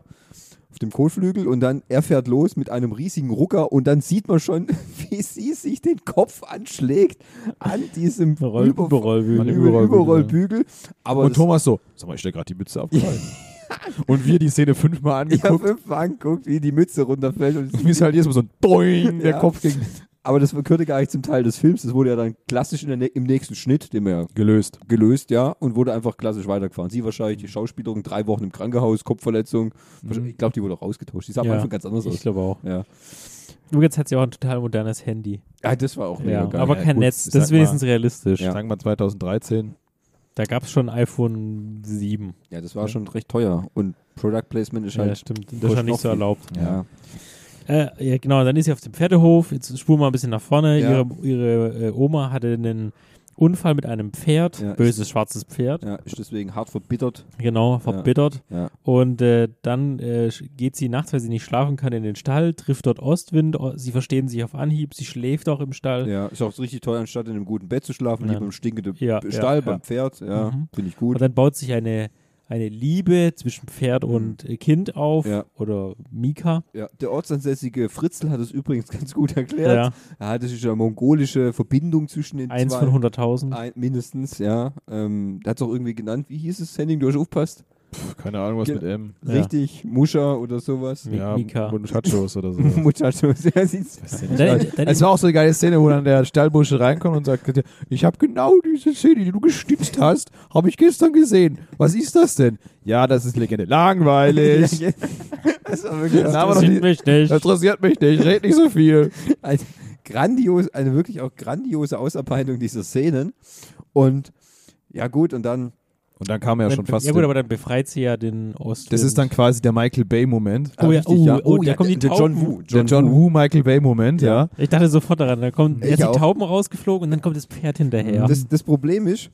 S1: auf dem Kohlflügel und dann er fährt los mit einem riesigen Rucker und dann sieht man schon, wie sie sich den Kopf anschlägt an diesem
S3: Roll,
S1: Über-
S3: Überrollbügel.
S2: An dem
S1: Über-
S2: Überrollbügel,
S1: Überrollbügel. Aber
S2: Und
S1: das-
S2: Thomas so, sag mal, ich stell gerade die Mütze ab. und wir die Szene fünfmal
S1: ich
S2: angeguckt.
S1: habe fünfmal angeguckt, wie die Mütze runterfällt. Und
S2: Mir ist halt jedes Mal so ein Boing, der
S1: Ja.
S2: Kopf ging.
S1: aber das gehörte gar nicht zum Teil des Films. Das wurde ja dann klassisch in der, ne- im nächsten Schnitt, den wir ja
S2: Gelöst.
S1: gelöst, ja, und wurde einfach klassisch weitergefahren. Sie wahrscheinlich, die Schauspielerin, drei Wochen im Krankenhaus, Kopfverletzung. Ich glaube, die wurde auch ausgetauscht. Die sah am
S3: Ja,
S1: Anfang ganz anders
S3: Ich
S1: aus.
S3: glaube auch.
S1: Also- Ja.
S3: Übrigens hat sie auch ein total modernes Handy.
S1: ja, das war auch mega
S3: Ja,
S1: geil.
S3: aber
S2: Ja,
S3: kein
S2: gut,
S3: Netz.
S2: ich
S3: Das
S2: sag
S3: ist wenigstens
S2: mal-
S3: realistisch.
S1: Ja.
S2: Sagen wir 2013.
S3: Da gab es schon iPhone 7.
S1: ja, das war schon recht teuer. Und Product Placement ist
S3: Ja,
S1: halt.
S3: stimmt. Das
S1: Push
S3: ist schon nicht so
S1: noch viel.
S3: erlaubt.
S1: Ja.
S3: Äh, ja, genau. Dann ist sie auf dem Pferdehof. Jetzt spulen wir ein bisschen nach vorne.
S1: Ja.
S3: Ihre, ihre äh, Oma hatte einen Unfall mit einem Pferd.
S1: Ja,
S3: Böses schwarzes Pferd.
S1: ja, ist deswegen hart verbittert.
S3: Genau, verbittert.
S1: Ja.
S3: Und äh, dann äh, sch- geht sie nachts, weil sie nicht schlafen kann, in den Stall, trifft dort Ostwind. O sie verstehen sich auf Anhieb. Sie schläft auch im Stall.
S1: ja, ist auch richtig teuer, anstatt in einem guten Bett zu schlafen,
S3: Ja.
S1: lieber im stinkenden
S3: Ja,
S1: B- Stall,
S3: ja,
S1: beim
S3: ja.
S1: Pferd. Ja,
S3: Mhm.
S1: finde ich
S3: Und
S1: gut.
S3: dann baut sich eine, eine Liebe zwischen Pferd
S2: Mhm.
S3: und äh, Kind auf.
S1: Ja.
S3: Oder Mika.
S1: Ja. Der ortsansässige Fritzl hat es übrigens ganz gut erklärt. Ja. das ist ja mongolische Verbindung zwischen den
S3: Eins
S1: zwei.
S3: von 100.000.
S1: Ein, mindestens, ja. Ähm, der hat es auch irgendwie genannt. Wie hieß es, Henning, du hast aufpasst?
S2: Pff, keine Ahnung, was
S1: Ge-
S2: mit M.
S3: Ja.
S1: Richtig, Muscha oder sowas.
S3: Mi- Mika.
S2: Und Chachos oder so.
S1: Muchachos, ja, siehst
S3: Dann, dann
S2: Es war auch so eine geile Szene, wo dann der Stallbursche reinkommt und sagt, ich habe genau diese Szene, die du gestimmt hast, habe ich gestern gesehen. Was ist das denn? Ja, das ist Legende. Langweilig.
S1: Ja, das war wirklich
S2: Dann
S1: das
S2: haben wir
S3: das
S2: noch
S3: sieht
S2: die,
S3: mich nicht.
S2: das interessiert mich nicht, red nicht so viel.
S1: ein grandios, eine wirklich auch grandiose Ausarbeitung dieser Szenen. Und ja gut, und dann, äh,
S2: Und dann kam er ja schon
S3: Dann-
S2: fast.
S3: Ja gut, aber dann befreit sie ja den Ostwind.
S2: das ist dann quasi der Michael Bay-Moment.
S3: Oh ja,
S1: richtig,
S3: oh, oh, da kommen die
S1: der, der John
S3: Tauben.
S1: Woo.
S2: Der John Woo Michael Bay-Moment, ja.
S3: Ich dachte sofort daran, da kommen
S1: Ich
S3: jetzt die
S1: auch.
S2: Mhm.
S3: Tauben rausgeflogen und dann kommt das Pferd hinterher.
S1: Das, das Problem ist,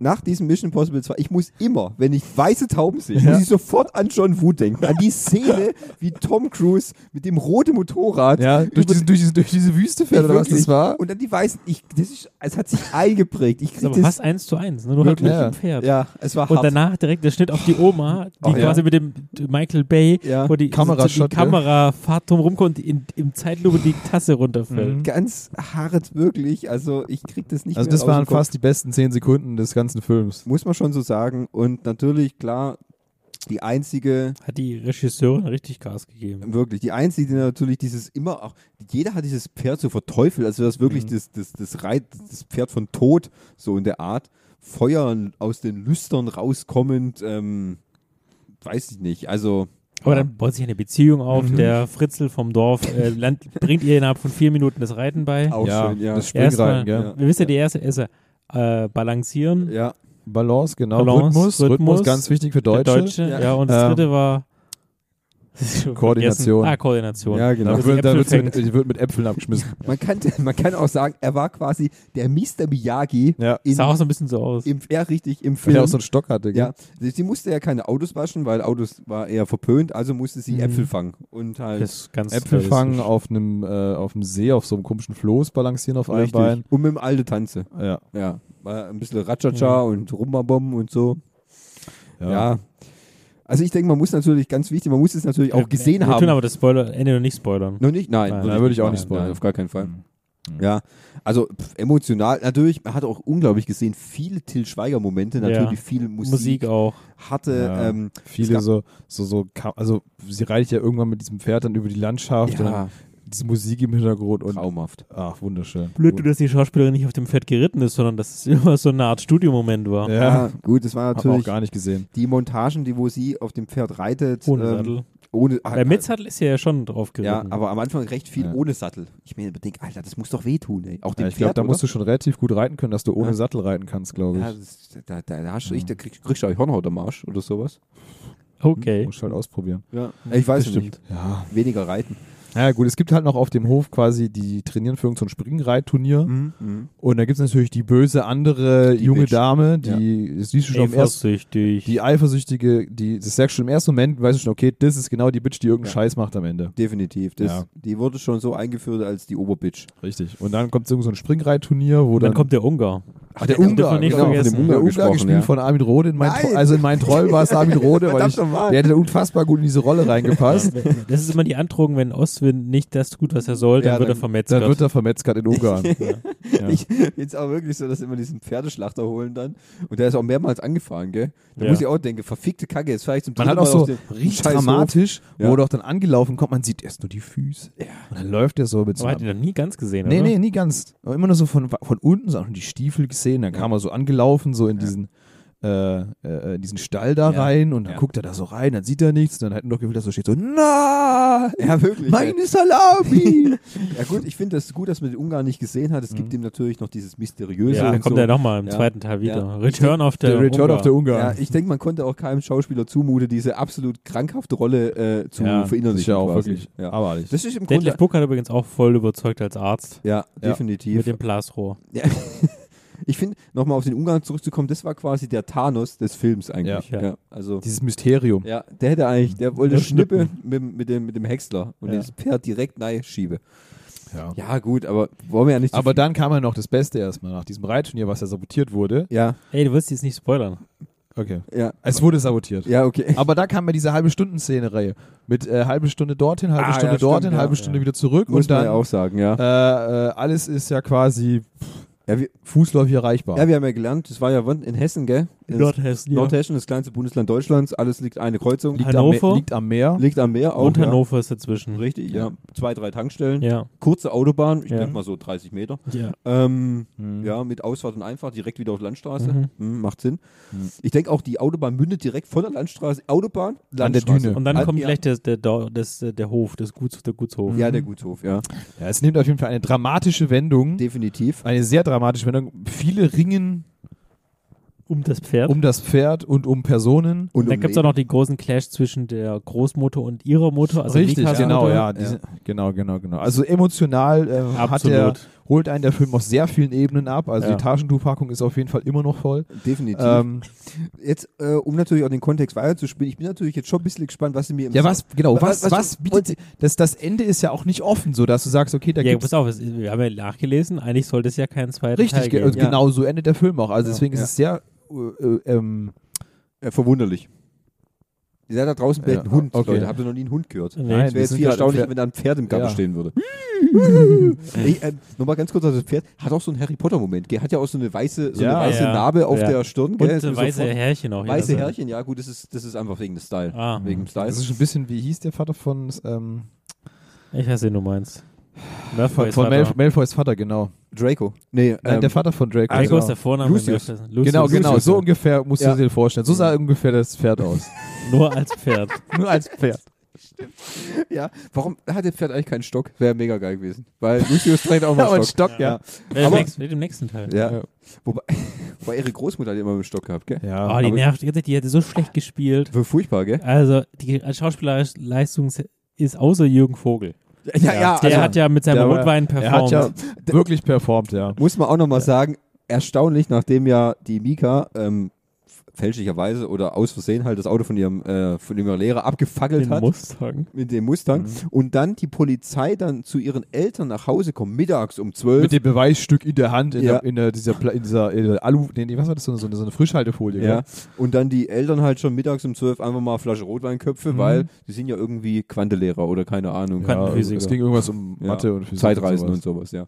S1: nach diesem Mission Impossible 2, ich muss immer, wenn ich weiße Tauben sehe, muss ich sofort an John Woo denken. An die Szene, wie Tom Cruise mit dem roten Motorrad
S2: Ja, durch,
S1: über-
S2: diesen, durch, diese, durch diese Wüste fährt oder was
S1: Wirklich.
S2: das war.
S1: Und dann die weißen, ich, das ist, es hat sich eingeprägt. Ich
S3: Das ist
S1: krieg
S3: aber
S1: das,
S3: fast eins zu eins, ne? nur halt
S2: Wirklich,
S3: mit dem
S2: ja.
S3: Pferd.
S1: ja, es war
S3: Und
S1: hart.
S3: danach direkt der Schnitt auf die Oma, die
S1: Oh, ja.
S3: quasi mit dem Michael Bay,
S1: Ja.
S3: wo die,
S2: Kamerashot,
S3: die
S2: gell?
S3: Kamerafahrt drum rumkommt und in, im Zeitlupe die Tasse runterfällt.
S2: Mhm.
S1: Ganz hart, wirklich. Also ich krieg das nicht
S2: Also
S1: mehr
S2: das
S1: aus dem
S2: waren
S1: Kopf.
S2: fast die besten 10 Sekunden des ganzen Films.
S1: Muss man schon so sagen. Und natürlich, klar, die einzige,
S3: Hat die Regisseurin richtig Gas gegeben.
S1: wirklich, die einzige, die natürlich dieses immer auch, jeder hat dieses Pferd so verteufelt, also das wirklich das, das, das, Reit, das Pferd von Tod, so in der Art, Feuer aus den Lüstern rauskommend, ähm, weiß ich nicht, also
S3: Aber dann baut sich eine Beziehung auf. Der Fritzel vom Dorf äh, land, bringt ihr innerhalb von vier Minuten das Reiten bei.
S1: auch schön, ja.
S2: das Springreiten,
S3: Erstmal,
S2: gell?
S1: ja.
S3: wir wissen ja, die erste ist äh, Balancieren,
S1: ja.
S2: Balance, genau.
S3: Balance,
S2: Rhythmus, Rhythmus,
S3: Rhythmus,
S2: ganz wichtig für
S3: der
S2: Deutsche.
S3: Deutsche. Ja.
S1: Ja.
S3: und das
S2: Ähm,
S3: dritte war Schon
S2: Koordination.
S3: vergessen. Ah, Koordination.
S1: Ja, genau.
S2: Da
S3: Dass
S2: wird,
S3: die
S2: da
S3: Äpfel
S2: wird's mit,
S3: fängt.
S2: die wird mit Äpfeln abgeschmissen.
S1: Man, kann, man kann auch sagen, er war quasi der Mr. Miyagi
S2: Ja.
S1: in,
S3: Sah auch so ein bisschen so aus.
S1: im, ja, richtig, im
S2: Weil
S1: Film.
S2: er auch so einen Stock hatte, gell?
S1: Ja, sie, sie musste ja keine Autos waschen, weil Autos war eher verpönt, also musste sie
S3: Mhm.
S1: Äpfel fangen und halt
S3: Das ist ganz
S2: Äpfel fangen
S3: realistisch.
S2: auf einem, äh, auf einem See, auf so einem komischen Floß, balancieren auf einem
S1: richtig.
S2: Bein.
S1: und mit dem Alte Tanze.
S2: Ja,
S1: Ja, war ein bisschen Ratschatscha und Rumbabom und so. Ja. Also ich denke, man muss natürlich ganz wichtig, man muss es natürlich auch gesehen
S3: wir
S1: haben.
S3: tun aber das Spoiler Ende noch nicht spoilern.
S1: Noch nicht? Nein.
S3: Nein,
S1: noch
S3: da
S1: nicht.
S2: würde ich auch nicht
S1: Nein,
S2: spoilern.
S1: Nein, auf gar keinen Fall.
S2: Mhm.
S1: Ja, also pff, emotional natürlich, man hat auch unglaublich gesehen, viele Till Schweiger-Momente,
S3: Ja.
S1: natürlich viel Musik,
S3: Musik, auch.
S1: hatte,
S2: Ja.
S1: ähm, es
S2: Viele
S1: gab-
S2: so, so, so, ka- also sie reitet ja irgendwann mit diesem Pferd dann über die Landschaft und dann
S1: ja,
S2: diese Musik im Hintergrund und
S1: traumhaft.
S2: ach, wunderschön.
S3: Blöd, dass die Schauspielerin nicht auf dem Pferd geritten ist, sondern dass es immer so eine Art Studiomoment war.
S2: Ja,
S1: Ah, gut, das war
S2: hab auch
S1: natürlich
S2: gar nicht gesehen.
S1: die Montagen, die wo sie auf dem Pferd reitet.
S3: Ohne
S1: ähm,
S3: Sattel.
S1: Ohne, ah,
S3: Bei
S2: halt
S3: Mhm. Mitzattel ist sie ja schon drauf
S1: ja,
S3: geritten.
S1: aber am Anfang recht viel
S2: Ja.
S1: ohne Sattel. Ich mir denke, Alter, das muss doch wehtun, ey. Auch dem
S2: Ja, ich glaube,
S1: Pferd,
S2: da musst du
S1: oder?
S2: schon relativ gut reiten können, dass du ohne
S1: Ja.
S2: Sattel reiten kannst, glaube ich.
S1: Ja, das, da, da, da, hast du, ich, da krieg, kriegst du auch Hornhaut am Arsch oder sowas.
S3: okay.
S2: Musst halt ausprobieren.
S1: Ja. Ich weiß
S3: Das
S1: es nicht.
S2: Ja.
S1: Weniger reiten.
S2: Ja, gut, es gibt halt noch auf dem Hof quasi, die trainieren für irgendein Springreitturnier. Und da gibt es natürlich die böse andere
S1: Mhm. Die
S2: junge
S1: Bitch.
S2: Dame, die, das siehst du schon am ersten,
S3: Eifersüchtig.
S2: die eifersüchtige, die, das sagst du im ersten Moment, weißt du schon, okay, das ist genau die Bitch, die irgendeinen Scheiß macht am Ende.
S1: Definitiv. Das,
S2: Ja.
S1: Die wurde schon so eingeführt als die Oberbitch.
S2: Richtig. Und dann kommt so ein Springreitturnier, wo
S3: Und
S2: dann,
S3: dann kommt der Ungar.
S2: ach, der
S3: dürfen wir
S2: Ungar,
S3: nicht
S2: genau, von
S3: vergessen.
S2: dem Ungar,
S1: Der Ungar
S2: gesprochen, gespielt
S1: ja.
S2: von Armin Rode. In meinen
S1: Nein.
S2: Tro- also in meinen Träumen war es Armin Rode, weil ich,
S1: Verdammt nochmal.
S2: der hätte unfassbar gut in diese Rolle reingepasst.
S3: Das ist immer die Androhung, wenn Ostwind nicht das tut, was er soll, dann
S2: Ja,
S3: wird er vermetzelt.
S2: Dann wird er vermetzgert in Ungarn. Ja.
S1: Ich, jetzt auch wirklich so, dass immer diesen Pferdeschlachter holen dann. Und der ist auch mehrmals angefahren, gell? Da
S3: Ja.
S1: muss ich auch denken, verfickte Kacke, jetzt vielleicht zum
S2: Man hat
S1: dritten
S2: auch
S1: Mal
S2: so
S1: auf den
S2: richtig
S1: Scheißhof.
S2: dramatisch,
S1: Ja.
S2: wo doch dann angelaufen kommt, man sieht erst nur die Füße. Und dann läuft er so mit so
S3: aber hat
S2: einer
S3: ihn noch nie ganz gesehen,
S2: Nee,
S3: oder?
S2: nee, nie ganz. Aber Immer nur so von, von unten, so auch nur die Stiefel gesehen. Dann kam er so angelaufen, so in diesen äh, äh, in diesen Stall da
S1: Ja.
S2: rein und dann
S1: Ja.
S2: guckt er da so rein, dann sieht er nichts. Dann hat er doch gefühlt, dass er so steht so, na,
S1: Ja, wirklich.
S2: meine Salami.
S1: Ja gut, ich finde das gut, dass man den Ungarn nicht gesehen hat. Es
S2: Mhm.
S1: gibt ihm natürlich noch dieses Mysteriöse.
S3: Ja, dann
S1: und
S3: kommt
S1: so.
S3: er nochmal im
S1: Ja.
S3: zweiten Teil wieder.
S1: Ja.
S3: Return of the
S2: der Return
S3: Ungar.
S2: of the Ungar.
S1: Ja, ich denke, man konnte auch keinem Schauspieler zumute, diese absolut krankhafte Rolle äh, zu verinnerlichen.
S2: das ist ja auch
S1: quasi.
S2: wirklich
S1: Ja.
S2: aber nicht.
S1: Das ist im Grunde.
S3: Detlef Book hat übrigens auch voll überzeugt als Arzt
S1: Ja,
S2: Ja.
S1: definitiv.
S3: mit dem Blasrohr.
S1: Ja. Ich finde, nochmal auf den Ungarn zurückzukommen, das war quasi der Thanos des Films eigentlich.
S3: Ja.
S1: Ja. also,
S2: Dieses Mysterium.
S1: ja, der hätte eigentlich, der wollte
S3: Ja,
S1: Schnippe mit, mit, dem, mit dem Häcksler und
S3: Ja.
S1: dieses Pferd direkt nein schiebe.
S2: Ja.
S1: Ja, gut, aber wollen wir ja nicht. zu
S2: Aber
S1: viel-
S2: dann kam ja noch das Beste erstmal nach diesem Reitturnier, was ja sabotiert wurde.
S1: ja,
S3: Ey, du wirst jetzt nicht spoilern.
S2: Okay.
S1: ja,
S2: Es wurde sabotiert.
S1: ja, okay.
S2: Aber da kam ja diese halbe Stunden-Szene-Reihe. Mit äh, halbe Stunde dorthin, halbe
S1: Ah,
S2: Stunde
S1: ja,
S2: dorthin,
S1: stimmt, ja.
S2: halbe Stunde wieder zurück
S1: Muss
S2: und dann
S1: man ja auch sagen, ja.
S2: äh, äh, alles ist ja quasi
S1: Ja wir,
S2: fußläufig erreichbar.
S1: ja, genau. wir haben ja gelernt, das war ja wann? in Hessen, gell? In
S3: Nordhessen, ja.
S1: Nordhessen, das kleinste Bundesland Deutschlands, alles liegt eine Kreuzung,
S2: liegt, Am,
S3: Hannover?
S2: Me- liegt am Meer.
S1: liegt am Meer auch.
S3: Und
S1: ja.
S3: Hannover ist dazwischen.
S1: Richtig, ja. Zwei, drei Tankstellen,
S3: Ja.
S1: kurze Autobahn, ich
S3: Ja.
S1: denke mal so 30 Meter.
S3: ja.
S1: Ähm,
S2: Mhm.
S1: Ja, mit Ausfahrt und Einfahrt direkt wieder auf Landstraße. Hm, macht Sinn. Ich denke auch, die Autobahn mündet direkt von der Landstraße. Autobahn,
S2: Mhm. An der
S1: Landstraße.
S2: Düne.
S3: Und dann
S1: Ah,
S3: kommt
S1: ja.
S3: gleich der, der, Dor- das, äh, der Hof, das Guts, der Gutshof.
S2: Mhm.
S1: Ja, der Gutshof, ja.
S2: Ja, es nimmt auf jeden Fall eine dramatische Wendung.
S1: Definitiv.
S2: Eine sehr dramatische Wendung. Viele ringen
S3: um das Pferd.
S2: um das Pferd und um Personen.
S1: Und
S3: Und dann
S1: um
S3: gibt es auch noch den großen Clash zwischen der Großmutter und ihrer Mutter. Also
S2: Richtig,
S3: Mikas
S2: genau,
S3: Mutter.
S2: ja, diese, Genau, genau, genau. Also emotional äh, hat der,
S3: Absolut.
S2: holt einen der Film auf sehr vielen Ebenen ab. Also
S3: Ja.
S2: die Taschentuchpackung ist auf jeden Fall immer noch voll.
S1: Definitiv.
S2: Ähm,
S1: jetzt, äh, um natürlich auch den Kontext weiterzuspielen, ich bin natürlich jetzt schon ein bisschen gespannt, was sie mir im
S2: ja, was, genau,
S1: Wa-
S2: was, was,
S1: was-
S2: bietet, das, das Ende ist ja auch nicht offen, so dass du sagst, okay, da
S3: Ja,
S2: gibt's
S3: pass auf, es, wir haben ja nachgelesen, eigentlich sollte es ja keinen zweiten halt Teil
S2: Richtig, ge
S3: geben.
S1: Ja.
S2: genau so endet der Film auch. Also
S1: Ja,
S2: deswegen
S1: ja.
S2: ist es sehr äh, äh, ähm,
S1: Äh, verwunderlich. Ihr seid da draußen bellt
S2: Ja,
S1: ein Hund,
S2: okay.
S1: Leute. Habt ihr noch nie einen Hund gehört?
S3: Nein,
S1: das
S2: wir
S1: wäre jetzt
S2: sind
S1: viel
S2: gerade im
S1: erstaunlich,
S2: Pferd-
S1: wenn da ein Pferd im Garten
S2: Ja.
S1: stehen würde. ich, äh, Nochmal ganz kurz, also das Pferd hat auch so einen Harry Potter-Moment. gell? Hat ja auch so eine weiße, so
S2: Ja.
S1: eine weiße
S3: Ja.
S1: Narbe auf
S2: Ja.
S1: der Stirn.
S3: Und
S1: Gell? Ist
S3: äh,
S1: mir
S3: weiße
S1: sofort-
S3: Härchen auch. hier,
S1: Weiße
S3: also.
S1: Härchen, ja gut, das ist, das ist einfach wegen des Style.
S3: Ah.
S1: Wegen dem Style.
S2: das ist ein bisschen, wie hieß der Vater von, ähm,
S3: Ich weiß, wen du meinst.
S2: von,
S3: Malfoys
S2: von
S3: Vater.
S2: Malf Malfoys Vater, genau.
S1: Draco. Nee,
S2: Nein,
S1: ähm,
S2: der Vater von Draco.
S3: Draco
S1: Also,
S3: ist der Vorname.
S1: Lucius.
S3: Malfoys- Lucius.
S2: genau, genau,
S1: Lucius,
S2: so
S1: ja.
S2: ungefähr musst
S1: Ja. Mhm.
S2: du dir vorstellen. So sah ungefähr das Pferd aus.
S3: Nur als Pferd.
S2: Nur als Pferd.
S1: ja. Warum hat der Pferd eigentlich keinen Stock? Wäre mega geil gewesen. Weil Lucius trägt auch
S2: Ja,
S1: mal
S2: und
S1: einen Stock.
S2: Stock, ja.
S3: Äh, im,
S1: Aber-
S3: nächsten, Im nächsten Teil.
S1: Ja.
S2: Ja.
S1: Wobei, wobei ihre Großmutter hat immer einen Stock gehabt, gell?
S2: Ja,
S3: Oh, die
S1: aber-
S3: nervt. Die, die hätte so schlecht gespielt.
S1: War Furchtbar, gell?
S3: Also, die Schauspielerleistung ist außer Jürgen Vogel.
S1: Ja, also
S3: Der hat ja mit seinem
S2: der war-
S3: Rotwein
S2: er hat
S3: performt.
S2: ja wirklich performt, ja.
S1: Muss man auch
S3: Äh.
S1: nochmal sagen, erstaunlich, nachdem ja die Mika ähm, f- fälschlicherweise oder aus Versehen halt das Auto von ihrem, äh, von ihrem Lehrer abgefackelt
S3: den
S1: hat.
S3: Mustang. Mhm.
S1: Mit dem Mustang. Und dann die Polizei dann zu ihren Eltern nach Hause kommt, mittags um 12.
S2: Mit dem Beweisstück in der Hand, in,
S1: Ja.
S2: der, in, der, dieser, Pla- in dieser in der Alu, nee, nee, was war das, so eine, so eine- so eine Frischhaltefolie,
S1: ja.
S2: gell?
S1: Und dann die Eltern halt schon mittags um 12 einfach mal eine Flasche Rotweinköpfe,
S3: Mhm.
S1: weil die sind ja irgendwie Quantelehrer oder keine Ahnung.
S3: Ja, Quantenphysik.
S2: es ging irgendwas um
S1: Ja.
S2: Mathe und Mhm. Physik.
S1: Zeitreisen
S2: und
S1: und
S2: so.
S1: sowas, ja.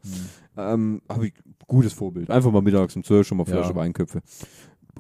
S1: Ähm, Habe ich gutes Vorbild. Einfach mal mittags um 12 schon mal Flasche
S2: Ja.
S1: Weinköpfe.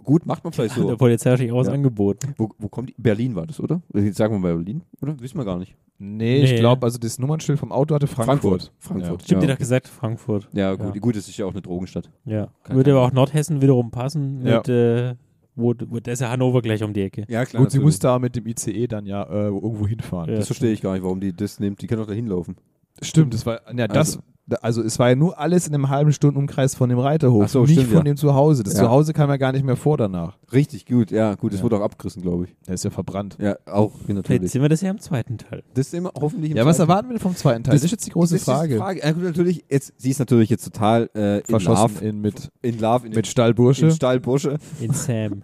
S1: Gut, macht man vielleicht
S3: Hat der
S1: so.
S3: Polizei wahrscheinlich auch was
S1: Ja.
S3: angeboten.
S1: Wo, wo kommt die? Berlin war das, oder? Jetzt Sagen wir mal Berlin, oder? Wissen wir gar nicht.
S2: Nee,
S3: Nee.
S2: ich glaube, also das Nummernschild vom Auto hatte Frankfurt.
S1: Frankfurt.
S3: Stimmt,
S1: ja.
S3: dir doch gesagt, Frankfurt.
S1: Ja, gut,
S3: Ja.
S1: gut, es ist ja auch eine Drogenstadt.
S3: Ja.
S1: Keine
S3: Würde aber
S1: Ahnung.
S3: auch Nordhessen wiederum passen.
S2: Ja.
S3: Mit, äh, wo, wo, da ist ja Hannover gleich um die Ecke.
S1: Ja,
S2: Ja. Gut, sie muss da mit dem ICE dann ja äh, irgendwo hinfahren.
S3: Ja.
S1: Das verstehe ich gar nicht, warum die das nimmt. Die kann doch da hinlaufen.
S2: Stimmt, das war, ja, das,
S1: Also-
S2: da- also es war ja nur alles in einem halben Stunden Umkreis von dem Reiterhof,
S1: Ach so,
S2: nicht
S1: stimmt,
S2: von
S1: ja.
S2: dem Zuhause. Das
S1: Ja.
S2: Zuhause kam ja gar nicht mehr vor danach.
S1: Richtig gut, ja, gut. Es
S2: Ja.
S1: wurde auch abgerissen, glaube ich.
S2: Der ist ja verbrannt.
S1: Ja, auch
S3: Vielleicht
S1: natürlich.
S3: sehen wir das ja im zweiten Teil.
S1: Das ist immer hoffentlich. im
S2: Ja, was
S1: zweiten-
S2: erwarten wir vom zweiten Teil? Das, ist jetzt die große
S1: Das ist
S2: Frage.
S1: Ja, gut, natürlich. Jetzt, sie ist natürlich jetzt total äh, in
S2: Verschossen
S1: Love.
S2: in, mit,
S1: In Love. In,
S2: mit
S1: in
S2: Stahlbursche.
S1: Stahlbursche.
S3: In Sam.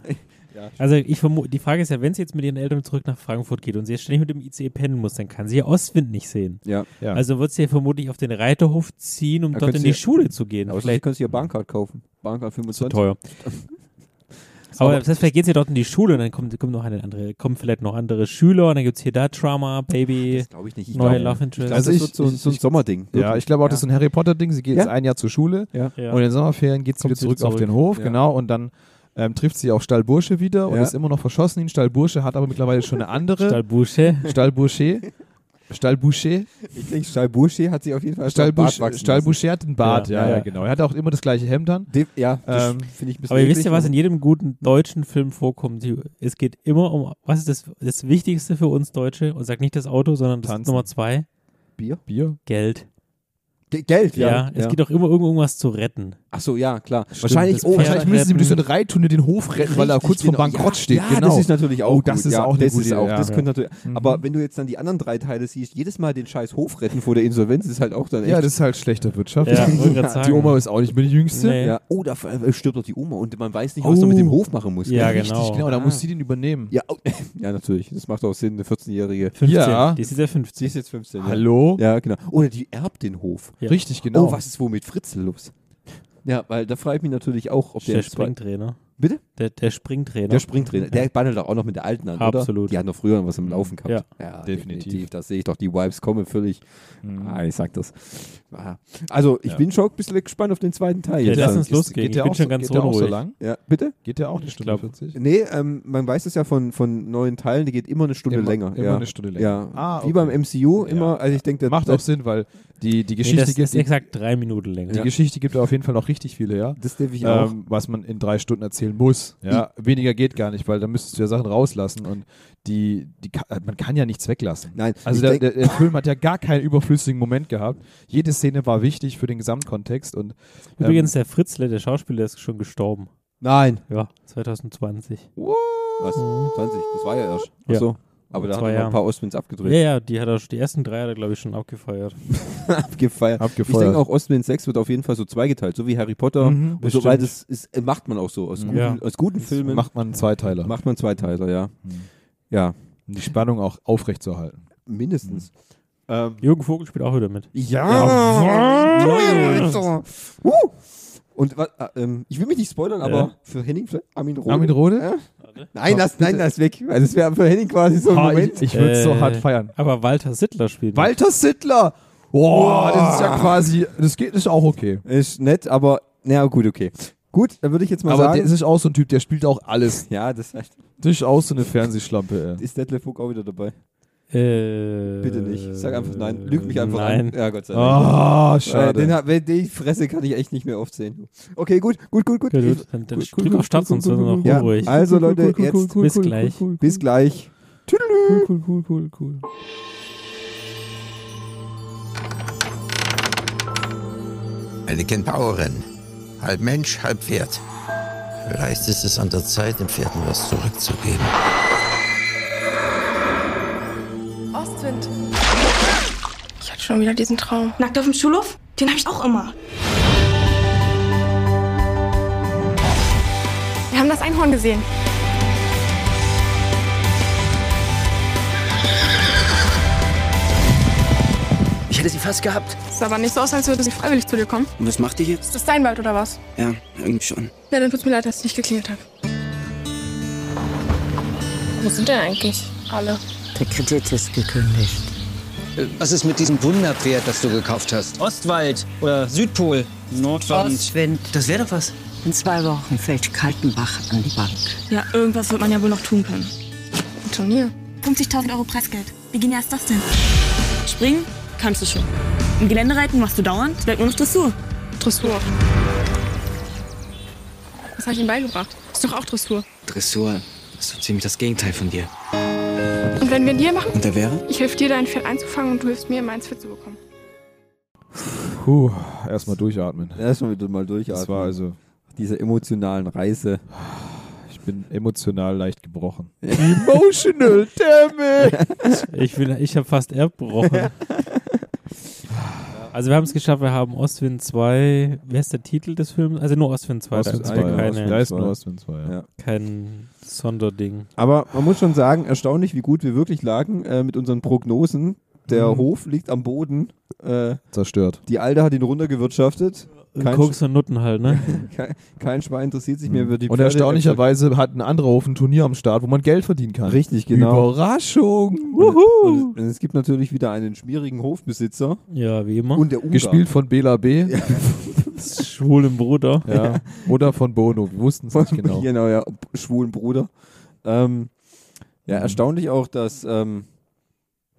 S3: Also ich vermute, die Frage ist ja, wenn sie jetzt mit ihren Eltern zurück nach Frankfurt geht und sie jetzt ständig mit dem ICE pennen muss, dann kann sie ja Ostwind nicht sehen.
S1: Ja.
S2: Ja.
S3: Also wird sie ja vermutlich auf den Reiterhof ziehen, um
S1: Da
S3: dort
S1: könnte
S3: in
S1: sie-
S3: die Schule zu gehen.
S1: Aber vielleicht
S3: vielleicht
S1: könntest du ja Bahncard kaufen. Bahncard 25.
S3: teuer. Aber das heißt, vielleicht geht sie dort in die Schule und dann kommt, kommt noch eine andere, kommen vielleicht noch andere Schüler und dann gibt es hier da Trauma, Baby,
S1: Das glaube ich nicht. Ich
S3: neue
S1: glaub-
S3: Love
S1: ich
S3: Interest.
S1: glaub,
S2: Also
S1: das
S2: ich-
S1: wird so, ein- so ein
S2: ich-
S1: Sommerding.
S2: Ja, ich glaube auch, das ist so ein Harry Potter-Ding. Sie geht
S1: Ja.
S2: jetzt ein Jahr zur Schule
S1: Ja.
S3: ja.
S2: und in den Sommerferien geht sie
S3: Kommt
S2: wieder
S3: sie
S2: zurück, auf
S3: zurück.
S2: den Hof,
S1: Ja.
S2: genau, und dann ähm, trifft sie auf Stahlbursche wieder und
S1: Ja.
S2: ist immer noch verschossen in Stahlbursche, hat aber mittlerweile schon eine andere
S3: Stahlbusche.
S2: Stahlbursche. Stahlbursche.
S1: Ich denke, Stahlbursche hat sich auf jeden Fall
S2: Stahlbusch, Stahlbusch hat einen Bart,
S3: Ja,
S2: ja, ja,
S3: ja.
S2: genau. Er hat auch immer das gleiche Hemd an.
S1: De ja, das
S2: Ähm,
S1: finde ich ein bisschen
S3: Aber ihr wisst
S1: eklig,
S3: ja, was
S1: aber-
S3: in jedem guten deutschen Film vorkommt. Die, es geht immer um, was ist das, das Wichtigste für uns Deutsche? Und sag nicht das Auto, sondern das ist
S2: Tanzen.
S3: Nummer zwei,
S1: Bier?
S2: Bier.
S3: Geld.
S1: Ge- Geld,
S3: Ja,
S1: ja.
S3: es geht auch immer irgend- irgendwas zu retten.
S1: Ach so, ja, klar.
S3: das
S1: wahrscheinlich, oh,
S3: Pferd
S1: wahrscheinlich
S2: Wahrscheinlich müssen sie
S3: retten.
S2: durch so eine Reittunnel den Hof retten, weil er
S1: Richtig,
S2: kurz
S1: genau.
S2: vor Bankrott
S1: ja,
S2: steht.
S1: Ja,
S2: genau.
S1: das ist natürlich auch
S2: Oh, das
S1: gut.
S2: ist
S1: ja, Mhm.
S2: auch eine
S1: das
S2: gute
S1: ist
S2: Idee,
S1: auch,
S2: ja.
S1: das
S2: Ja.
S1: könnte natürlich, aber wenn du jetzt dann die anderen drei Teile siehst, jedes Mal den scheiß Hof retten vor der Insolvenz ist halt auch dann echt.
S2: ja, das ist halt schlechter Wirtschaft.
S3: Ja, wollte gerade sagen.
S2: Die Oma ist auch nicht mehr die Jüngste.
S3: Nee.
S1: ja. Oh, da f- stirbt doch die Oma und man weiß nicht, was man
S2: Oh.
S1: mit dem Hof machen muss.
S3: Ja,
S1: gell?
S3: genau.
S2: Richtig, genau. Da muss sie den übernehmen.
S1: Ja, oh, ja, natürlich. Das macht auch Sinn, eine 14-Jährige.
S3: 15.
S2: Ja.
S3: Die ist ja 50.
S1: Sie ist jetzt 15. ja.
S2: Hallo?
S1: Ja, genau. Oder die erbt den Hof.
S3: Ja.
S2: Richtig, genau.
S1: Oh, was ist wohl mit Fritzl los? Ja, weil da frage ich mich natürlich auch, ob
S3: Der,
S1: der,
S3: Springtrainer.
S1: Bitte?
S3: Der, der Springtrainer.
S1: Der Springtrainer, der bandelt doch auch noch mit der alten an,
S3: Absolut.
S1: oder? Die hat noch früher was im Laufen gehabt. Ja,
S2: Definitiv.
S1: Da sehe ich doch die Vibes kommen völlig. Ah, ich sag das. Ah. Also, ich bin schon ein bisschen gespannt auf den zweiten Teil.
S3: Ja,
S1: jetzt.
S3: lass uns
S2: Ist- Geht
S3: losgehen. Ich
S2: der
S3: bin
S2: auch,
S3: schon
S2: so-
S3: ganz
S2: geht der auch so
S3: unruhig.
S2: lang?
S1: ja, bitte?
S2: Geht der auch eine Stunde
S3: glaub-
S2: 40?
S1: Nee, ähm, man weiß das ja von, von neuen Teilen, die geht immer eine Stunde
S2: Immer-
S1: länger.
S2: immer
S1: ja.
S2: eine Stunde länger.
S1: Ja.
S2: Ah, okay.
S1: Wie beim MCU immer, also ich denke,
S2: Macht auch
S1: das,
S2: Sinn, weil die, die
S3: Nee,
S2: Geschichte
S3: das
S2: gibt
S3: ist
S2: die,
S3: exakt drei Minuten länger.
S2: die Geschichte gibt auf jeden Fall noch richtig viele, ja.
S1: das darf ich auch.
S2: ähm, was man in drei Stunden erzählen muss. Ja, weniger geht gar nicht, weil da müsstest du ja Sachen rauslassen und die, die ka- äh, man kann ja nichts weglassen.
S1: Nein,
S2: also
S1: ich
S2: der,
S1: denk-
S2: der, der Film hat ja gar keinen überflüssigen Moment gehabt. Jede Szene war wichtig für den Gesamtkontext und ähm,
S3: Übrigens, der Fritzle, der Schauspieler, ist schon gestorben.
S1: Nein.
S3: Ja, 2020.
S1: Was? 20? Das war ja erst.
S3: Ja.
S1: Achso. Aber da hat
S3: Vor zwei
S1: er noch ein
S3: Jahren.
S1: paar Ostwinds
S3: Ja,
S1: abgedreht.
S3: ja, die hat er schon, die ersten drei hat er, glaube ich, schon abgefeiert.
S1: Abgefeiert.
S2: Abgefeuert.
S1: Ich denke auch, Ostwind 6 wird auf jeden Fall so zweigeteilt, so wie Harry Potter
S3: Mhm,
S1: und so
S3: bestimmt.
S1: weiter. Das ist, äh, macht man auch so. Aus guten,
S3: Ja.
S1: aus guten Filmen macht,
S2: Mhm. Macht Mhm. man einen Zweiteiler, um
S1: macht man Zweiteiler, ja. Ja,
S2: die Spannung auch aufrechtzuerhalten.
S1: mindestens.
S2: Mhm.
S1: Ähm,
S3: Jürgen Vogel spielt auch wieder mit.
S1: ja!
S3: Jawohl!
S1: Leute. Uh! Und wa- äh, ähm, ich will mich nicht spoilern, aber
S3: Ja.
S1: für Henning vielleicht? Armin Rohde?
S2: Armin Rode?
S1: Nein, lass, nein, lass weg. Also es wäre für Henning quasi so ein
S2: Ah,
S1: Moment.
S2: ich ich würde es so
S3: Äh,
S2: hart feiern.
S3: Aber Walter Sittler spielt mit.
S2: Walter Sittler! Boah, das ist ja quasi, das geht, das ist auch okay.
S1: Ist nett, aber na gut, okay. Gut, dann würde ich jetzt mal
S2: Aber
S1: sagen.
S2: das ist auch so ein Typ, der spielt auch alles.
S1: ja, das heißt,
S2: Das ist auch so eine Fernsehschlampe, ey.
S1: ist Detlef Vogt auch wieder dabei.
S3: Äh,
S1: Bitte nicht. Sag einfach nein. Lüg mich einfach
S3: nein.
S1: an. Ja, Gott sei Dank.
S2: Ah,
S1: Äh, den,
S2: schade.
S1: hab- wenn- die Fresse kann ich echt nicht mehr oft sehen. Okay, gut, gut, gut, gut.
S3: Ja, gut, dann dann
S1: Cool,
S3: drück auf Start, sonst sind wir noch
S1: Ja,
S3: unruhig.
S1: also Leute, jetzt
S3: Bis gleich.
S1: bis gleich.
S2: Cool, cool, cool, cool, cool.
S4: Eine Kentaurin. Halb Mensch, halb Pferd. Vielleicht ist es an der Zeit, dem Pferden was zurückzugeben.
S7: Ostwind. Ich hatte schon wieder diesen Traum.
S6: Nackt auf dem Schulhof? Den habe ich auch immer.
S7: Wir haben das Einhorn gesehen.
S5: Ich hätte sie fast gehabt.
S7: Sah aber nicht so aus, als würde sie freiwillig zu dir kommen.
S5: Und was macht ihr jetzt?
S7: Ist das dein Wald oder was?
S5: Ja, irgendwie schon.
S7: Ja, dann tut's mir leid, dass es nicht geklingelt hat. Wo sind denn eigentlich alle?
S9: Der Kredit ist gekündigt.
S5: Äh, Was ist mit diesem Wunderpferd, das du gekauft hast? Ostwald oder Südpol. Nordwand.
S9: Ostwind.
S5: Das wäre doch was.
S9: In zwei Wochen fällt Kaltenbach an die Bank.
S6: Ja, irgendwas wird man ja wohl noch tun können.
S7: Ein Turnier.
S6: 50.000 Euro Preisgeld. Wie genial ist das denn? Springen kannst du schon. Im Geländereiten machst du dauernd. Bleibt nur noch Dressur.
S7: Dressur. Was habe ich ihm beigebracht? Ist doch auch Dressur.
S5: Dressur. Das ist so ziemlich das Gegenteil von dir.
S7: Und wenn wir einen Deal machen,
S5: Und der wäre?
S7: ich helfe dir, dein Pferd einzufangen und du hilfst mir, meins fit zu bekommen.
S2: Puh, erstmal durchatmen.
S1: Erstmal wieder mal durchatmen.
S2: Das war also,
S1: diese emotionalen Reise.
S2: ich bin emotional leicht gebrochen. Emotional, damn it!
S3: Ich, bin- ich habe fast erbrochen. Also wir haben es geschafft, wir haben Ostwind 2, wer ist der Titel des Films? Also nur Ostwind 2,
S2: Ostwind
S3: da
S1: zwei,
S3: ist
S2: 2,
S1: ja.
S3: keine,
S2: da ist nur Ostwind 2, ja.
S1: Ja.
S3: kein Sonderding.
S1: Aber man muss schon sagen, erstaunlich, wie gut wir wirklich lagen äh, mit unseren Prognosen. Der
S2: Mhm.
S1: Hof liegt am Boden. Äh,
S2: Zerstört.
S1: die Alte hat ihn runtergewirtschaftet. Kein,
S3: Koks und Nutten halt, ne?
S1: kein, kein Schwein interessiert sich mehr über die
S2: Mhm. Und
S1: Pferde-
S2: erstaunlicherweise hat ein anderer Hof ein Turnier am Start, wo man Geld verdienen kann.
S1: Richtig, genau.
S2: Überraschung!
S1: Und, es- und es gibt natürlich wieder einen schmierigen Hofbesitzer
S3: Ja, wie immer.
S1: und der Ungar.
S2: Hm? Gespielt von Bela B. Ja.
S3: Schwulen Bruder.
S2: Oder von Bono. Wir wussten es
S1: von
S2: nicht genau.
S1: genau, ja, b- schwulen Bruder. Ähm,
S2: Mhm.
S1: ja, erstaunlich auch, dass, ähm,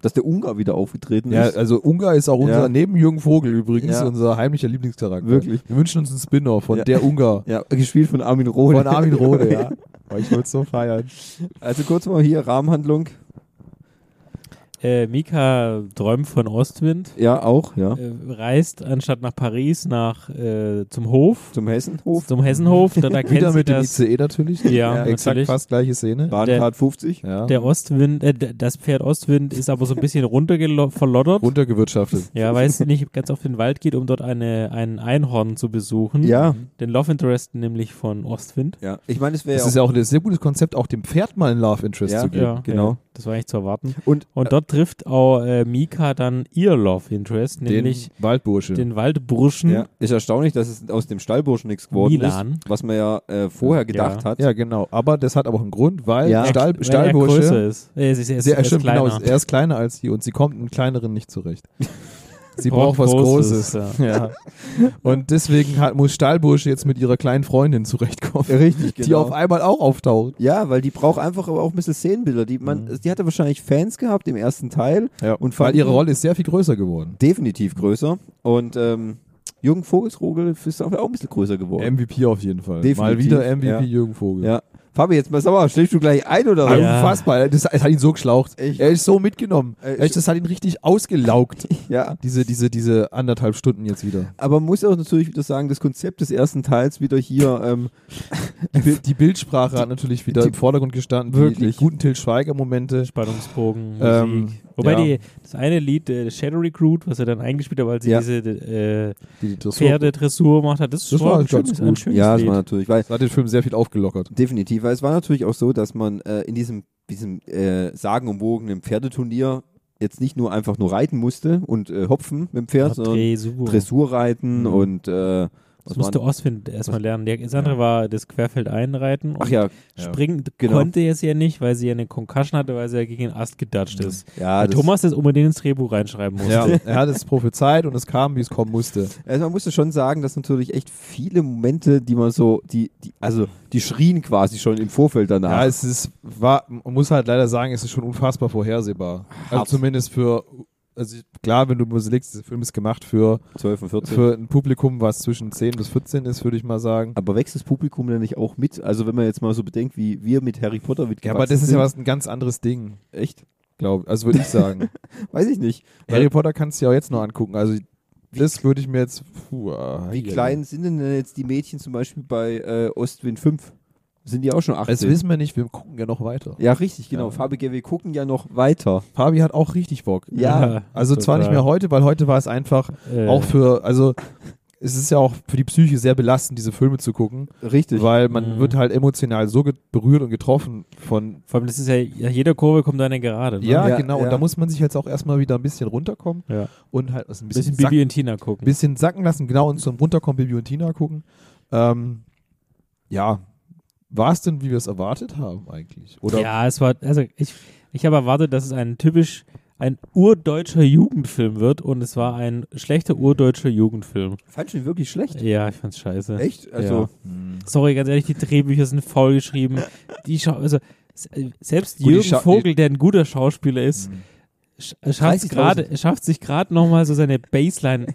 S1: dass der Ungar wieder aufgetreten
S2: Ja,
S1: ist.
S2: also Ungar ist auch unser,
S1: Ja.
S2: neben Jürgen Vogel übrigens,
S1: Ja.
S2: unser heimlicher Lieblingscharakter.
S1: Wirklich.
S2: Wir wünschen uns einen Spin-off von
S1: Ja.
S2: der Ungar.
S1: Ja, gespielt von Armin Rohde.
S2: Von Armin Rohde, ja. Oh, ich würde so feiern.
S1: Also kurz mal hier Rahmenhandlung.
S3: Äh, Mika träumt von Ostwind,
S1: Ja, auch, ja.
S3: äh, reist anstatt nach Paris nach äh, zum Hof,
S1: Zum Hessenhof.
S3: zum Hessenhof, dann erkennt
S2: Wieder
S3: sie,
S2: mit dem
S3: dass
S2: ICE natürlich.
S3: Ja,
S2: exakt
S3: natürlich.
S2: fast gleiche Szene.
S1: Bahncard 50.
S2: Ja.
S3: der Ostwind, äh, d- das Pferd Ostwind ist aber so ein bisschen runterverloddert.
S2: Runtergewirtschaftet.
S3: Ja, weil es nicht ganz auf den Wald geht, um dort eine, einen Einhorn zu besuchen.
S1: Ja.
S3: Den Love Interest nämlich von Ostwind.
S1: Ja, ich meine, es wäre
S2: Das
S1: ja
S2: ist
S1: auch-
S2: ja auch ein sehr gutes Konzept, auch dem Pferd mal ein Love Interest
S1: Ja.
S2: zu geben.
S3: Ja,
S1: genau.
S3: Ja, das war eigentlich zu erwarten.
S1: Und,
S3: Und dort trifft auch äh, Mika dann ihr Love Interest, nämlich
S2: den Waldbursche.
S3: den Waldburschen.
S1: ja, ist erstaunlich, dass es aus dem Stallburschen nichts geworden
S3: Milan.
S1: ist, was man ja äh, vorher gedacht hat.
S2: ja, genau. Aber das hat auch einen Grund, weil
S1: Ja.
S2: Stahl,
S3: Weil Er größer
S2: Stahlbursche.
S3: ist. Er ist, er ist,
S2: Sehr,
S3: er ist
S2: stimmt,
S3: kleiner.
S2: genau, er ist kleiner als die und sie kommt mit kleineren nicht zurecht. Sie
S3: Braucht
S2: braucht was Großes.
S3: Großes,
S2: Ja. Und deswegen hat, muss Stahlbursche jetzt mit ihrer kleinen Freundin zurechtkommen,
S1: Richtig,
S2: die auf einmal auch auftaucht.
S1: ja, weil die braucht einfach aber auch ein bisschen Szenenbilder. Die, man, die hatte wahrscheinlich Fans gehabt im ersten Teil. Und
S2: weil
S1: fanden-
S2: ihre Rolle ist sehr viel größer geworden.
S1: definitiv größer. Und ähm, Jürgen Vogelsrogel ist auch ein bisschen größer geworden.
S2: MVP auf jeden Fall. Mal
S1: Definitiv,
S2: wieder MVP
S1: ja.
S2: Jürgen Vogel.
S1: ja. Fabi, jetzt mal sag mal, schläfst du gleich ein oder was?
S3: Ja.
S2: Unfassbar, das, das hat ihn so geschlaucht.
S1: Echt?
S2: Er ist so mitgenommen.
S1: Äh,
S2: Echt, das hat ihn richtig ausgelaugt.
S1: Ja.
S2: Diese, diese, diese anderthalb Stunden jetzt wieder.
S1: Aber man muss auch natürlich wieder sagen, das Konzept des ersten Teils wieder hier ähm,
S2: Die, die Bildsprache hat natürlich wieder
S1: die-
S2: im Vordergrund gestanden. Die,
S1: Wirklich.
S2: die guten Till Schweiger-Momente.
S3: Spannungsbogen,
S2: Ähm,
S3: Musik. Wobei
S2: ja.
S3: die, das eine Lied, äh, Shadow Recruit, was er dann eingespielt hat, weil sie
S1: Ja.
S3: diese äh,
S2: Die, die Dressur-
S3: Pferdedressur gemacht hat, das,
S2: Das
S3: war
S2: war
S3: ein
S2: ganz
S3: schönes,
S2: gut.
S3: ein schönes
S1: Ja, das
S3: Lied.
S1: war natürlich, weil
S2: Das hat den Film sehr viel aufgelockert.
S1: definitiv, weil es war natürlich auch so, dass man äh, in diesem, diesem äh, sagenumwogenen Pferdeturnier jetzt nicht nur einfach nur reiten musste und äh, hopfen mit dem Pferd, sondern
S3: Dressur.
S1: Dressurreiten
S3: Mhm.
S1: und äh,
S3: Das
S1: was
S3: musste
S1: waren-
S3: Ostwind erstmal lernen. Der andere war das Querfeld einreiten und
S1: Ach ja,
S2: Ja.
S3: springen
S1: genau.
S3: konnte es ja nicht, weil sie ja eine Concussion hatte, weil sie ja gegen den Ast gedatscht ist.
S1: ja Ah,
S3: Weil
S1: das,
S3: Thomas das unbedingt ins Drehbuch reinschreiben musste.
S2: Ja, er hat es prophezeit und es kam, wie es kommen musste.
S1: Also man musste schon sagen, dass natürlich echt viele Momente, die man so, die, die also die schrien quasi schon im Vorfeld danach.
S2: Ja, es ist, war, man muss halt leider sagen, es ist schon unfassbar vorhersehbar. Also
S1: Hart.
S2: zumindest für, also klar, wenn du mir überlegst, dieser Film ist gemacht für,
S1: 12 und 14.
S2: für ein Publikum, was zwischen 10 bis 14 ist, würde ich mal sagen.
S1: aber wächst das Publikum denn nicht auch mit? Also wenn man jetzt mal so bedenkt, wie wir mit Harry Potter mitgewachsen
S2: Ja, aber das ist
S1: sind,
S2: ja was ein ganz anderes Ding,
S1: Echt?
S2: glaube ich. Also würde ich sagen.
S1: Weiß ich nicht.
S2: Harry Potter kannst du ja auch jetzt noch angucken. Also das würde ich mir jetzt. Puh, ah,
S1: Wie
S2: hier.
S1: klein sind denn jetzt die Mädchen zum Beispiel bei äh, Ostwind 5? Sind die auch schon 18?
S2: Das Also wissen wir nicht, wir gucken ja noch weiter.
S1: ja, richtig, genau.
S2: Ja.
S1: Fabi GW gucken ja noch weiter.
S2: Fabi hat auch richtig Bock.
S1: Ja.
S2: Also zwar nicht mehr heute, weil heute war es einfach
S3: Äh,
S2: auch für, also es ist ja auch für die Psyche sehr belastend, diese Filme zu gucken,
S1: Richtig.
S2: weil man
S3: Mhm.
S2: wird halt emotional so ge- berührt und getroffen von.
S3: vor allem, das ist ja, ja, jeder Kurve kommt da eine Gerade. Ne?
S2: Ja,
S1: Ja,
S2: genau. Und
S1: ja.
S2: da muss man sich jetzt auch erstmal wieder ein bisschen runterkommen
S3: Ja.
S2: und halt also ein bisschen,
S3: Bisschen
S2: bisschen
S3: Bibi und Tina gucken.
S2: bisschen sacken lassen, genau, und zum Runterkommen Bibi und Tina gucken. Ähm, ja, war es denn, wie wir es erwartet haben eigentlich? Oder
S3: ja, es war, also ich, ich habe erwartet, dass es ein typisch, ein urdeutscher Jugendfilm wird und es war ein schlechter urdeutscher Jugendfilm.
S1: Fand ich wirklich schlecht.
S3: Ja, ich fand's scheiße.
S1: Echt? Also,
S3: Sorry, ganz ehrlich, die Drehbücher sind faul geschrieben. Die Schau also, s- äh, selbst
S2: Gut, die Mhm.
S3: Jürgen
S2: Schau-
S3: Vogel, der ein guter Schauspieler ist, sch- äh, schafft's
S1: 30.000.
S3: gerade- schafft sich gerade nochmal so seine Baseline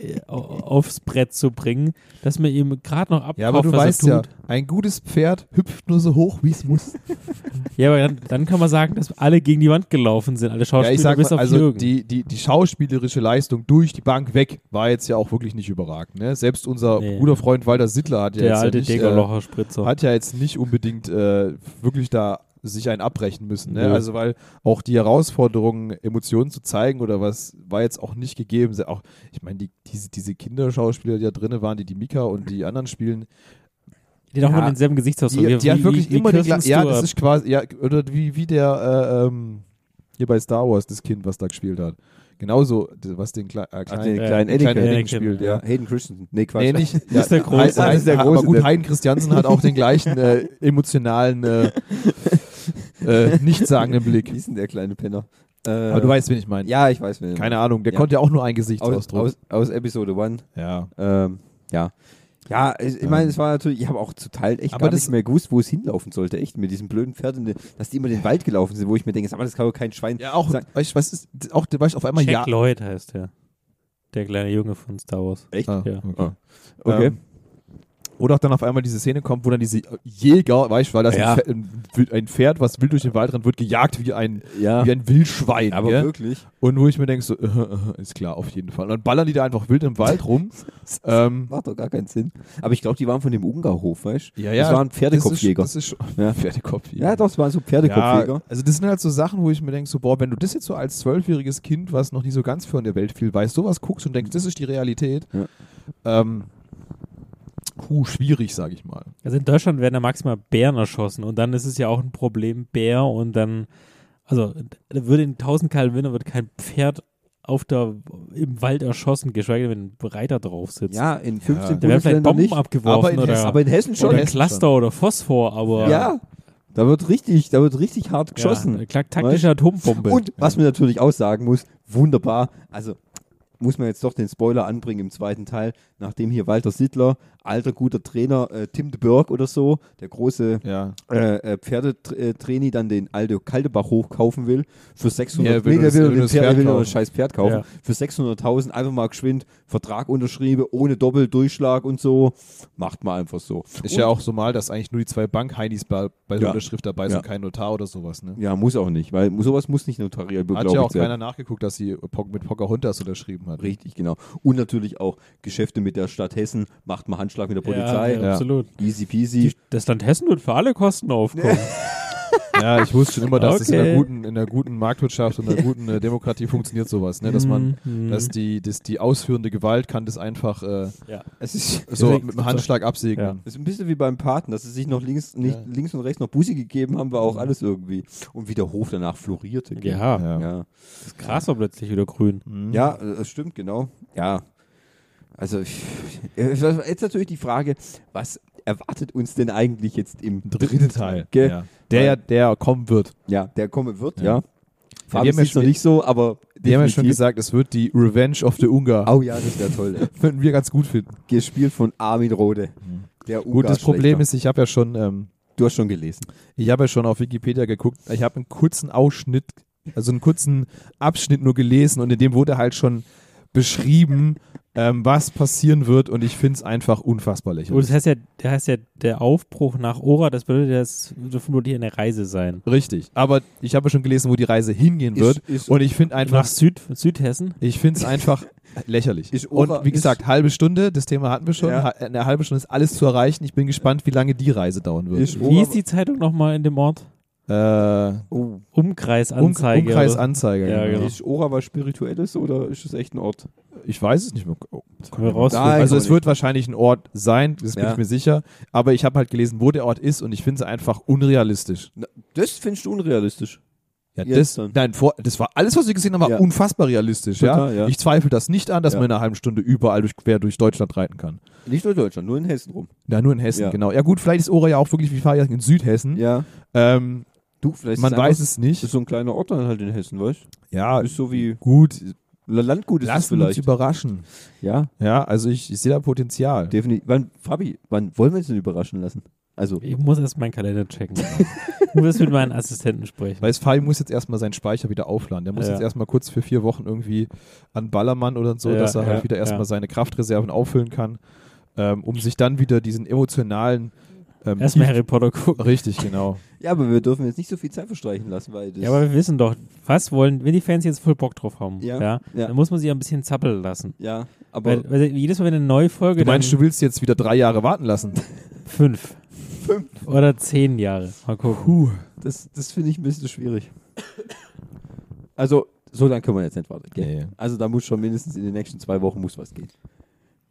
S3: äh, au- aufs Brett zu bringen, dass man ihm gerade noch abkauft,
S2: ja, aber du
S3: was
S2: weißt
S3: er
S2: ja,
S3: tut.
S2: ein gutes Pferd hüpft nur so hoch, wie es muss.
S3: Ja, aber dann, dann kann man sagen, dass alle gegen die Wand gelaufen sind, alle
S2: ja,
S3: Schauspieler
S2: ich sag
S3: bis
S2: mal,
S3: auf
S2: also
S3: Jürgen.
S2: die, die, die schauspielerische Leistung durch die Bank weg war jetzt ja auch wirklich nicht überragend. Ne? Selbst unser
S3: Nee.
S2: guter Freund Walter Sittler hat ja
S3: der
S2: jetzt
S3: alte
S2: ja nicht, äh,
S3: Degerlocher Spritzer.
S2: hat ja jetzt nicht unbedingt äh, wirklich da sich einen abbrechen müssen. Ne?
S3: Nö.
S2: Also weil auch die Herausforderung, Emotionen zu zeigen oder was, war jetzt auch nicht gegeben. Se- Auch, ich meine, die, diese, diese Kinderschauspieler, die da drin waren, die die Mika und die anderen spielen,
S3: die haben
S2: ja,
S3: immer denselben Gesichtsausdruck.
S2: die, die hat wirklich
S3: wie, wie
S2: immer die
S3: Kirsten
S2: gleiche. Ja, das
S3: Stewart.
S2: ist quasi, ja, oder wie, wie der äh, ähm, hier bei Star Wars, das Kind, was da gespielt hat. Genauso, d- was den Kle äh, kleinen,
S1: den
S2: äh,
S1: kleinen
S2: den
S1: Anakin.
S3: Anakin,
S2: spielt,
S1: ja.
S2: ja.
S1: Hayden Christensen. Nee, Quatsch.
S2: Nee, nicht.
S1: Das ist der Große.
S2: Hein-
S1: Das ist der
S2: aber
S1: Große,
S2: gut,
S1: der-
S2: Hein Christiansen hat auch den gleichen äh, emotionalen, äh, äh, nichtssagenden
S1: Wie
S2: Blick.
S1: ist denn der kleine Penner? Äh,
S2: Aber du weißt, wen ich meine.
S1: Ja, ich weiß, wen.
S2: Keine Ahnung, der
S1: Ja.
S2: konnte ja auch nur ein
S1: aus,
S2: Gesichtsausdruck.
S1: aus, aus Episode 1.
S2: ja.
S1: Ähm, ja. Ähm. Ja, ich, ich meine, es war natürlich, ich habe auch zu Teil echt
S2: Aber
S1: gar
S2: das-
S1: nicht mehr gewusst, wo es hinlaufen sollte, echt, mit diesem blöden Pferd, in den- dass die immer den Wald gelaufen sind, wo ich mir denke, aber das kann doch kein Schwein
S2: Ja, auch,
S1: sagen.
S2: ich, was ist, auch, da war ich auf einmal
S3: Jack
S2: ja.
S3: Lloyd heißt der. Der kleine Junge von Star Wars.
S1: Echt?
S2: Ah,
S3: Ja.
S2: okay.
S1: Ah. Okay.
S2: Ähm, oder auch dann auf einmal diese Szene kommt, wo dann diese Jäger, weißt du, weil das
S1: Ja.
S2: ein, Pferd, ein, Wild- ein Pferd, was wild durch den Wald rennt, wird gejagt wie ein,
S1: ja,
S2: wie ein Wildschwein.
S1: aber
S2: gell?
S1: wirklich.
S2: Und wo ich mir denke, so, äh, äh, ist klar, auf jeden Fall. Und dann ballern die da einfach wild im Wald rum. ähm,
S1: Macht doch gar keinen Sinn. Aber ich glaube, die waren von dem Ungarhof, weißt du?
S2: ja, ja,
S1: Das waren Pferdekopfjäger.
S2: Das ist, das ist schon-
S1: Ja.
S2: Pferdekopfjäger.
S1: ja, doch, das waren so Pferdekopfjäger.
S2: Ja, also das sind halt so Sachen, wo ich mir denke, so, boah, wenn du das jetzt so als zwölfjähriges Kind, was noch nicht so ganz für in der Welt viel weiß, sowas guckst und denkst, das ist die Realität,
S1: Ja.
S2: ähm, puh, schwierig, sag ich mal.
S3: Also in Deutschland werden da maximal Bären erschossen und dann ist es ja auch ein Problem Bär und dann, also da würde in 1000 kalten Winter wird kein Pferd auf der, im Wald erschossen, geschweige denn, wenn ein Reiter drauf sitzt.
S1: Ja, in 15
S3: da werden vielleicht
S1: Bundesländern
S3: Bomben
S1: nicht.
S2: aber
S3: abgeworfen
S2: in
S3: oder,
S2: Hessen-
S1: Aber in Hessen schon.
S3: oder
S2: Hessen
S3: Cluster oder Phosphor, aber
S1: ja. da wird richtig, da wird richtig hart geschossen.
S3: Ja, klar, taktische Atombombe.
S1: Und was man natürlich auch sagen muss, wunderbar, also muss man jetzt doch den Spoiler anbringen im zweiten Teil, nachdem hier Walter Sittler alter guter Trainer äh, Tim de Burg oder so, der große
S2: Ja.
S1: äh, äh, Pferdetraini dann den Aldo Kaldebach hochkaufen will für 600
S2: Ja, will
S1: Nee, der
S2: das- will
S1: den Pferd,
S2: das Pferd
S1: der will nur
S2: kaufen.
S1: das scheiß Pferd kaufen
S3: Ja.
S1: für 600.000 einfach mal geschwind Vertrag unterschrieben ohne Doppeldurchschlag und so macht mal einfach so
S2: Ist
S1: und,
S2: ja auch so mal, dass eigentlich nur die zwei Bank-Heinis bei, bei der
S1: Ja.
S2: Unterschrift dabei sind,
S1: Ja.
S2: kein Notar oder sowas. Ne?
S1: ja muss auch nicht weil sowas muss nicht notariell
S2: Hat ja auch
S1: beglaubigt
S2: keiner
S1: werden
S2: nachgeguckt, dass sie Poc- mit Pocahontas unterschrieben hat.
S1: richtig genau und natürlich auch Geschäfte mit der Stadt Hessen macht mal Handschlag mit der Polizei
S3: Ja,
S2: Ja.
S3: absolut.
S1: easy peasy
S3: Die, das Land Hessen wird für alle Kosten aufkommen.
S2: Ja, ich wusste schon immer, dass das in der
S3: Okay.
S2: guten, in der guten Marktwirtschaft und der guten äh, Demokratie funktioniert sowas, ne? Dass man, dass die, dass die ausführende Gewalt kann das einfach äh,
S3: Ja.
S1: es ist
S2: so mit dem Handschlag absegnen.
S1: Das ist ein bisschen wie beim Paten, dass sie sich noch links, nicht,
S2: Ja.
S1: links und rechts noch Busi gegeben haben, war auch alles irgendwie. Und wie der Hof danach florierte. gell?
S3: Ja,
S2: Ja. Mhm.
S1: Ja,
S3: das Gras war plötzlich wieder grün.
S1: ja äh, das stimmt, genau. Ja. Also, ich, äh, jetzt natürlich die Frage, was erwartet uns denn eigentlich jetzt im dritten
S2: Teil.
S1: Gell?
S2: Ja. Der, ja- der kommen wird.
S1: Ja, der kommen wird,
S2: Ja.
S1: ja. Fabi
S2: haben ja
S1: sieht's noch
S2: schon-
S1: nicht so, aber
S2: Die haben ja schon
S1: definitiv.
S2: gesagt, es wird die Revenge of the Ungar.
S1: Oh ja, das wäre toll. Ey.
S2: Würden wir ganz gut finden.
S1: Gespielt von Armin Rode. Der
S2: Gut, das Problem ist, ich habe ja schon, ähm,
S1: du hast schon gelesen.
S2: ich habe ja schon auf Wikipedia geguckt. Ich habe einen kurzen Ausschnitt, also einen kurzen Abschnitt nur gelesen und in dem wurde halt schon beschrieben, ähm, was passieren wird und ich finde es einfach unfassbar
S3: Und das
S2: lächerlich.
S3: heißt ja, der heißt ja der Aufbruch nach Ora, das bedeutet, das wird vermutlich eine Reise sein.
S2: Richtig. Aber ich habe ja schon gelesen, wo die Reise hingehen wird
S1: ist,
S2: und ich finde einfach
S3: Nach Süd, Südhessen?
S2: Ich finde es einfach lächerlich.
S1: Ist
S2: und
S1: Ora-
S2: wie
S1: ist-
S2: gesagt, halbe Stunde, das Thema hatten wir schon.
S1: Ja.
S2: Ha- Eine halbe Stunde ist alles zu erreichen. Ich bin gespannt, wie lange die Reise dauern wird.
S1: ist
S3: Wie ist die Zeitung nochmal in dem Ort?
S2: äh,
S1: oh,
S3: Umkreisanzeige.
S2: Um, Umkreisanzeiger.
S3: Ja, genau.
S1: Ist Ora was Spirituelles oder ist es echt ein Ort?
S2: Ich weiß es nicht mehr. Oh,
S3: Können wir rausfinden.
S1: Da-
S2: also es
S1: nicht.
S2: wird wahrscheinlich ein Ort sein, das bin
S1: Ja.
S2: ich mir sicher. Aber ich habe halt gelesen, wo der Ort ist und ich finde es einfach unrealistisch.
S1: Das findest du unrealistisch.
S2: Ja,
S1: Jetzt
S2: das,
S1: dann.
S2: nein, vor, das war alles, was wir gesehen haben, war
S1: Ja.
S2: unfassbar realistisch.
S1: Total,
S2: ja?
S1: ja.
S2: Ich zweifle das nicht an, dass
S1: Ja.
S2: man in einer halben Stunde überall durch, quer durch Deutschland reiten kann.
S1: Nicht nur in Deutschland, nur in Hessen rum.
S2: Ja, nur in Hessen,
S1: Ja.
S2: genau. Ja gut, vielleicht ist Ora ja auch wirklich, wie Fabian, in Südhessen.
S1: Ja.
S2: Ähm,
S1: Du, vielleicht
S2: Hm? man
S1: ist einfach-
S2: weiß es
S1: Das ist
S2: nicht.
S1: so ein kleiner Ort dann halt in Hessen, weißt
S2: Ja,
S1: du? Ist so wie
S2: gut.
S1: Landgut ist es
S2: Lassen wir uns
S1: vielleicht.
S2: überraschen.
S1: Ja,
S2: Ja, also ich, ich sehe da Potenzial.
S1: definitiv. Wann, Fabi, wann wollen wir uns denn überraschen lassen? Also,
S3: Ich muss erst meinen Kalender checken. ich muss mit meinen Assistenten sprechen.
S2: Weil es Fabi muss jetzt erstmal seinen Speicher wieder aufladen. Der muss
S3: Ja.
S2: jetzt erstmal kurz für vier Wochen irgendwie an Ballermann oder so,
S3: Ja,
S2: dass er
S3: ja,
S2: halt wieder erstmal
S3: ja.
S2: seine Kraftreserven auffüllen kann, ähm, um sich dann wieder diesen emotionalen ähm,
S3: Erstmal
S2: Tief-
S3: Harry Potter gucken.
S2: Richtig, genau.
S1: ja, aber wir dürfen jetzt nicht so viel Zeit verstreichen lassen, weil das
S3: Ja, aber wir wissen doch, was wollen, wenn die Fans jetzt voll Bock drauf haben, ja,
S1: Ja, ja.
S3: dann muss man sie ja ein bisschen zappeln lassen.
S1: ja, aber
S3: Weil, weil jedes Mal, wenn eine neue Folge
S2: Du meinst,
S3: dann
S2: du willst jetzt wieder drei Jahre warten lassen?
S3: fünf, oder zehn Jahre. Mal gucken.
S1: das, das finde ich ein bisschen schwierig. Also, so lange können wir jetzt nicht warten. Gell?
S2: Nee.
S1: Also, da muss schon mindestens in den nächsten zwei Wochen muss was gehen.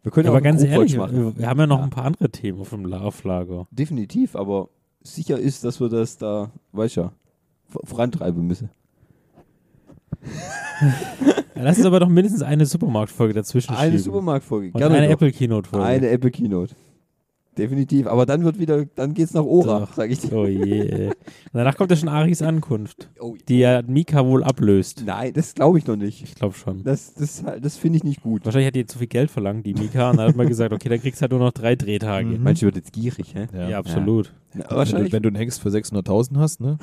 S1: Wir können
S3: aber
S1: auch
S3: ganz
S1: einen Kobolds
S3: ehrlich, äh,
S1: machen.
S3: wir, wir haben ja noch
S1: Ja.
S3: ein paar andere Themen auf dem La- auf Lager.
S1: Definitiv, aber sicher ist, dass wir das da, weißt ja, vor- vorantreiben müssen.
S3: Ja, lass uns aber doch mindestens eine Supermarktfolge dazwischen
S1: Eine
S3: schieben.
S1: Supermarktfolge,
S3: und
S1: gerne
S3: eine
S1: doch.
S3: Apple Keynote Folge.
S1: Eine Apple Keynote. Definitiv. Aber dann wird wieder, dann geht's nach Ora,
S3: Doch.
S1: sag ich dir.
S3: Oh je. ey. Und Danach kommt ja schon Aris Ankunft,
S1: Oh,
S3: die ja Mika wohl ablöst.
S1: nein, das glaube ich noch nicht.
S3: Ich glaube schon.
S1: Das, das, das finde ich nicht gut.
S3: Wahrscheinlich hat die zu viel Geld verlangt, die Mika, und dann hat man gesagt, okay, dann kriegst du halt nur noch drei Drehtage.
S2: Mhm.
S1: Manche wird jetzt gierig, hä?
S3: Ja, absolut.
S1: Na,
S2: Wenn du,
S1: wahrscheinlich.
S2: wenn du einen Hengst für 600.000 hast, ne?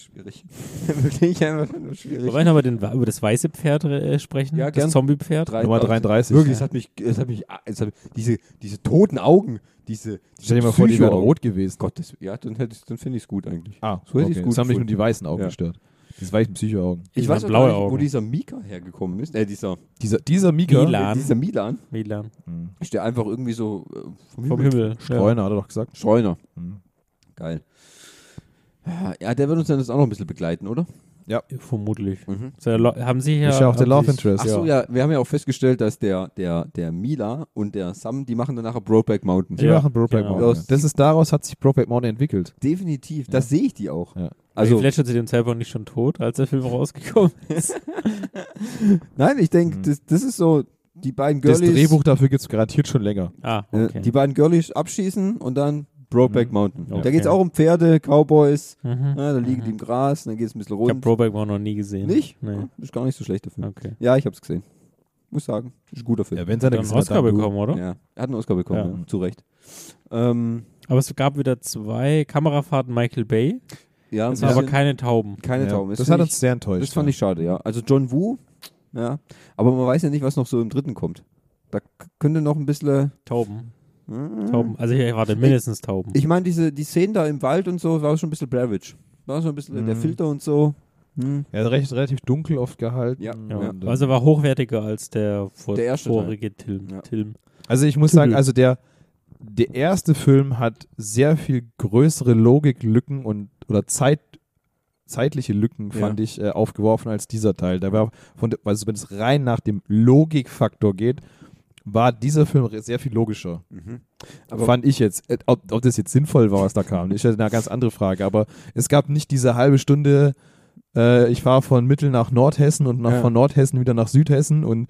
S1: schwierig. Wirklich einfach nur schwierig.
S3: Wollen wir aber den, über das weiße Pferd äh, sprechen?
S1: Ja,
S3: das
S1: gern.
S3: Zombie-Pferd?
S1: Drei-
S2: Nummer 33.
S1: Wirklich, es hat mich, es hat mich, es hat mich diese, diese toten Augen, diese, diese
S2: Stell dir mal vor, die wären
S1: Psycho-Augen.
S2: rot gewesen.
S1: Gottes, ja, dann, hätte ich- dann finde ich es gut eigentlich.
S2: Ah,
S1: So hätte ich's gut
S2: Das haben mich
S1: gefunden.
S2: nur die weißen Augen
S1: Ja.
S2: gestört. Diese weißen Psychoaugen.
S1: Ich
S3: Die
S1: weiß
S3: haben
S1: auch
S3: blaue
S1: gar nicht, wo
S3: Augen.
S1: dieser Mika hergekommen ist. Äh, dieser, äh,
S2: Dieser, dieser Mika,
S3: Milan. An.
S1: dieser Milan.
S3: Milan.
S1: Ist der einfach irgendwie so äh, vom,
S3: Vom Himmel. Ja.
S2: Streuner, hat er doch gesagt.
S1: Streuner.
S2: Mhm.
S1: Geil. Ja, der wird uns dann das auch noch ein bisschen begleiten, oder?
S3: Vermutlich.
S1: Mhm.
S3: So, lo- haben sie ja,
S2: Ist ja auch der
S3: haben
S2: Love
S3: sich-
S2: Interest.
S1: Ach so, ja, wir haben ja auch festgestellt, dass der, der, der Mila und der Sam, die machen dann nachher Brokeback Mountain.
S2: Die
S3: Ja,
S2: machen Brokeback
S3: genau.
S2: Mountain. Das ist daraus hat sich Brokeback Mountain entwickelt.
S1: Definitiv, das sehe ich die auch.
S2: Ja.
S3: Also,
S1: Also,
S3: vielleicht schon zu dem Zeitpunkt nicht schon tot, als der Film rausgekommen ist.
S1: nein, ich denke,
S2: Mhm.
S1: das, das ist so, die beiden
S2: Das
S1: Girlies,
S2: Drehbuch dafür gibt es garantiert schon länger.
S3: ah,
S1: äh,
S3: okay. Mhm.
S1: die beiden Girlies abschießen und dann Brokeback Mountain.
S3: Okay.
S1: Da geht es auch um Pferde, Cowboys,
S3: mhm.
S1: ja, da liegen die im Gras, und dann geht es ein bisschen
S3: Ich habe
S1: rund.
S3: Brokeback Mountain noch nie gesehen.
S1: Nicht?
S3: Nee.
S1: Ist gar nicht so schlecht dafür.
S3: Okay.
S1: Ja, ich habe es gesehen. muss sagen. Ist ein guter Film.
S2: Ja, wenn seine
S3: Hat einen Oscar bekommen, oder?
S1: Ja, er hat einen Oscar bekommen,
S3: Ja.
S1: ja. zu Recht. Ähm,
S3: Aber es gab wieder zwei Kamerafahrten Michael Bay.
S1: ja, ein
S3: Es waren aber
S1: bisschen-
S3: keine Tauben.
S1: keine
S2: Ja,
S1: Tauben.
S2: das,
S1: finde
S2: hat
S1: ich-
S2: uns sehr enttäuscht.
S1: Das fand ich schade, ja. Also John Woo, ja. Aber man weiß ja nicht, was noch so im dritten kommt. Da k- könnte noch ein bisschen. hm,
S3: Tauben. Tauben. Also ich erwarte mindestens Tauben.
S1: Ich meine, diese die Szenen da im Wald und so war schon ein bisschen Blair Witch. War schon ein bisschen der
S3: Mhm.
S1: Filter und so. Hm.
S2: ja, recht, relativ dunkel oft gehalten.
S1: Ja.
S3: ja.
S2: Und, äh,
S3: Also war hochwertiger als der, vor
S1: Der erste
S3: vorige Film.
S1: Ja.
S3: Film.
S2: Also ich muss
S3: Tüdel.
S2: sagen, also der, der erste Film hat sehr viel größere Logiklücken und oder Zeit, zeitliche Lücken,
S1: Ja.
S2: fand ich, äh, aufgeworfen als dieser Teil. Da war von der- also wenn es rein nach dem Logikfaktor geht, war dieser Film re- sehr viel logischer.
S1: Mhm. Aber-
S2: fand ich jetzt. Äh, ob, ob das jetzt sinnvoll war, was da kam, ist ja eine ganz andere Frage. Aber es gab nicht diese halbe Stunde, äh, ich fahre von Mittel nach Nordhessen und nach,
S1: Ja.
S2: von Nordhessen wieder nach Südhessen und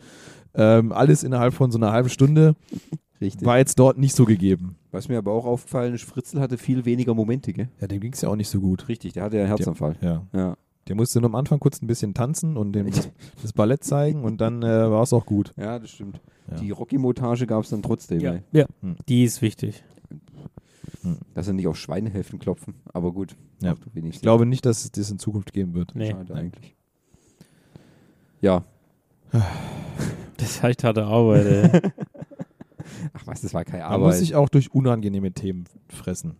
S2: ähm, alles innerhalb von so einer halben Stunde
S1: Richtig.
S2: war jetzt dort nicht so gegeben.
S1: Was mir aber auch aufgefallen ist, Fritzl hatte viel weniger Momente, gell?
S2: Ja, dem ging es ja auch nicht so gut.
S1: Richtig, der hatte ja einen Herzanfall.
S2: Ja.
S1: Ja.
S2: Der musste nur am Anfang kurz ein bisschen tanzen und dem das Ballett zeigen und dann äh, war es auch gut.
S1: Ja, das stimmt.
S2: Ja.
S1: Die Rocky-Montage gab es dann trotzdem, ne? ey.
S3: ja.
S2: Hm.
S3: Die ist wichtig.
S1: dass er nicht auf Schweinehälften klopfen, aber gut.
S2: Ja.
S1: Macht wenig
S2: Ich glaube nicht, dass es das in Zukunft geben wird.
S3: Nee.
S1: Schade eigentlich. Ja,
S3: Das heißt harte Arbeit, ey.
S1: ach was, das war keine
S2: Man muss
S1: Arbeit.
S2: sich auch durch unangenehme Themen fressen.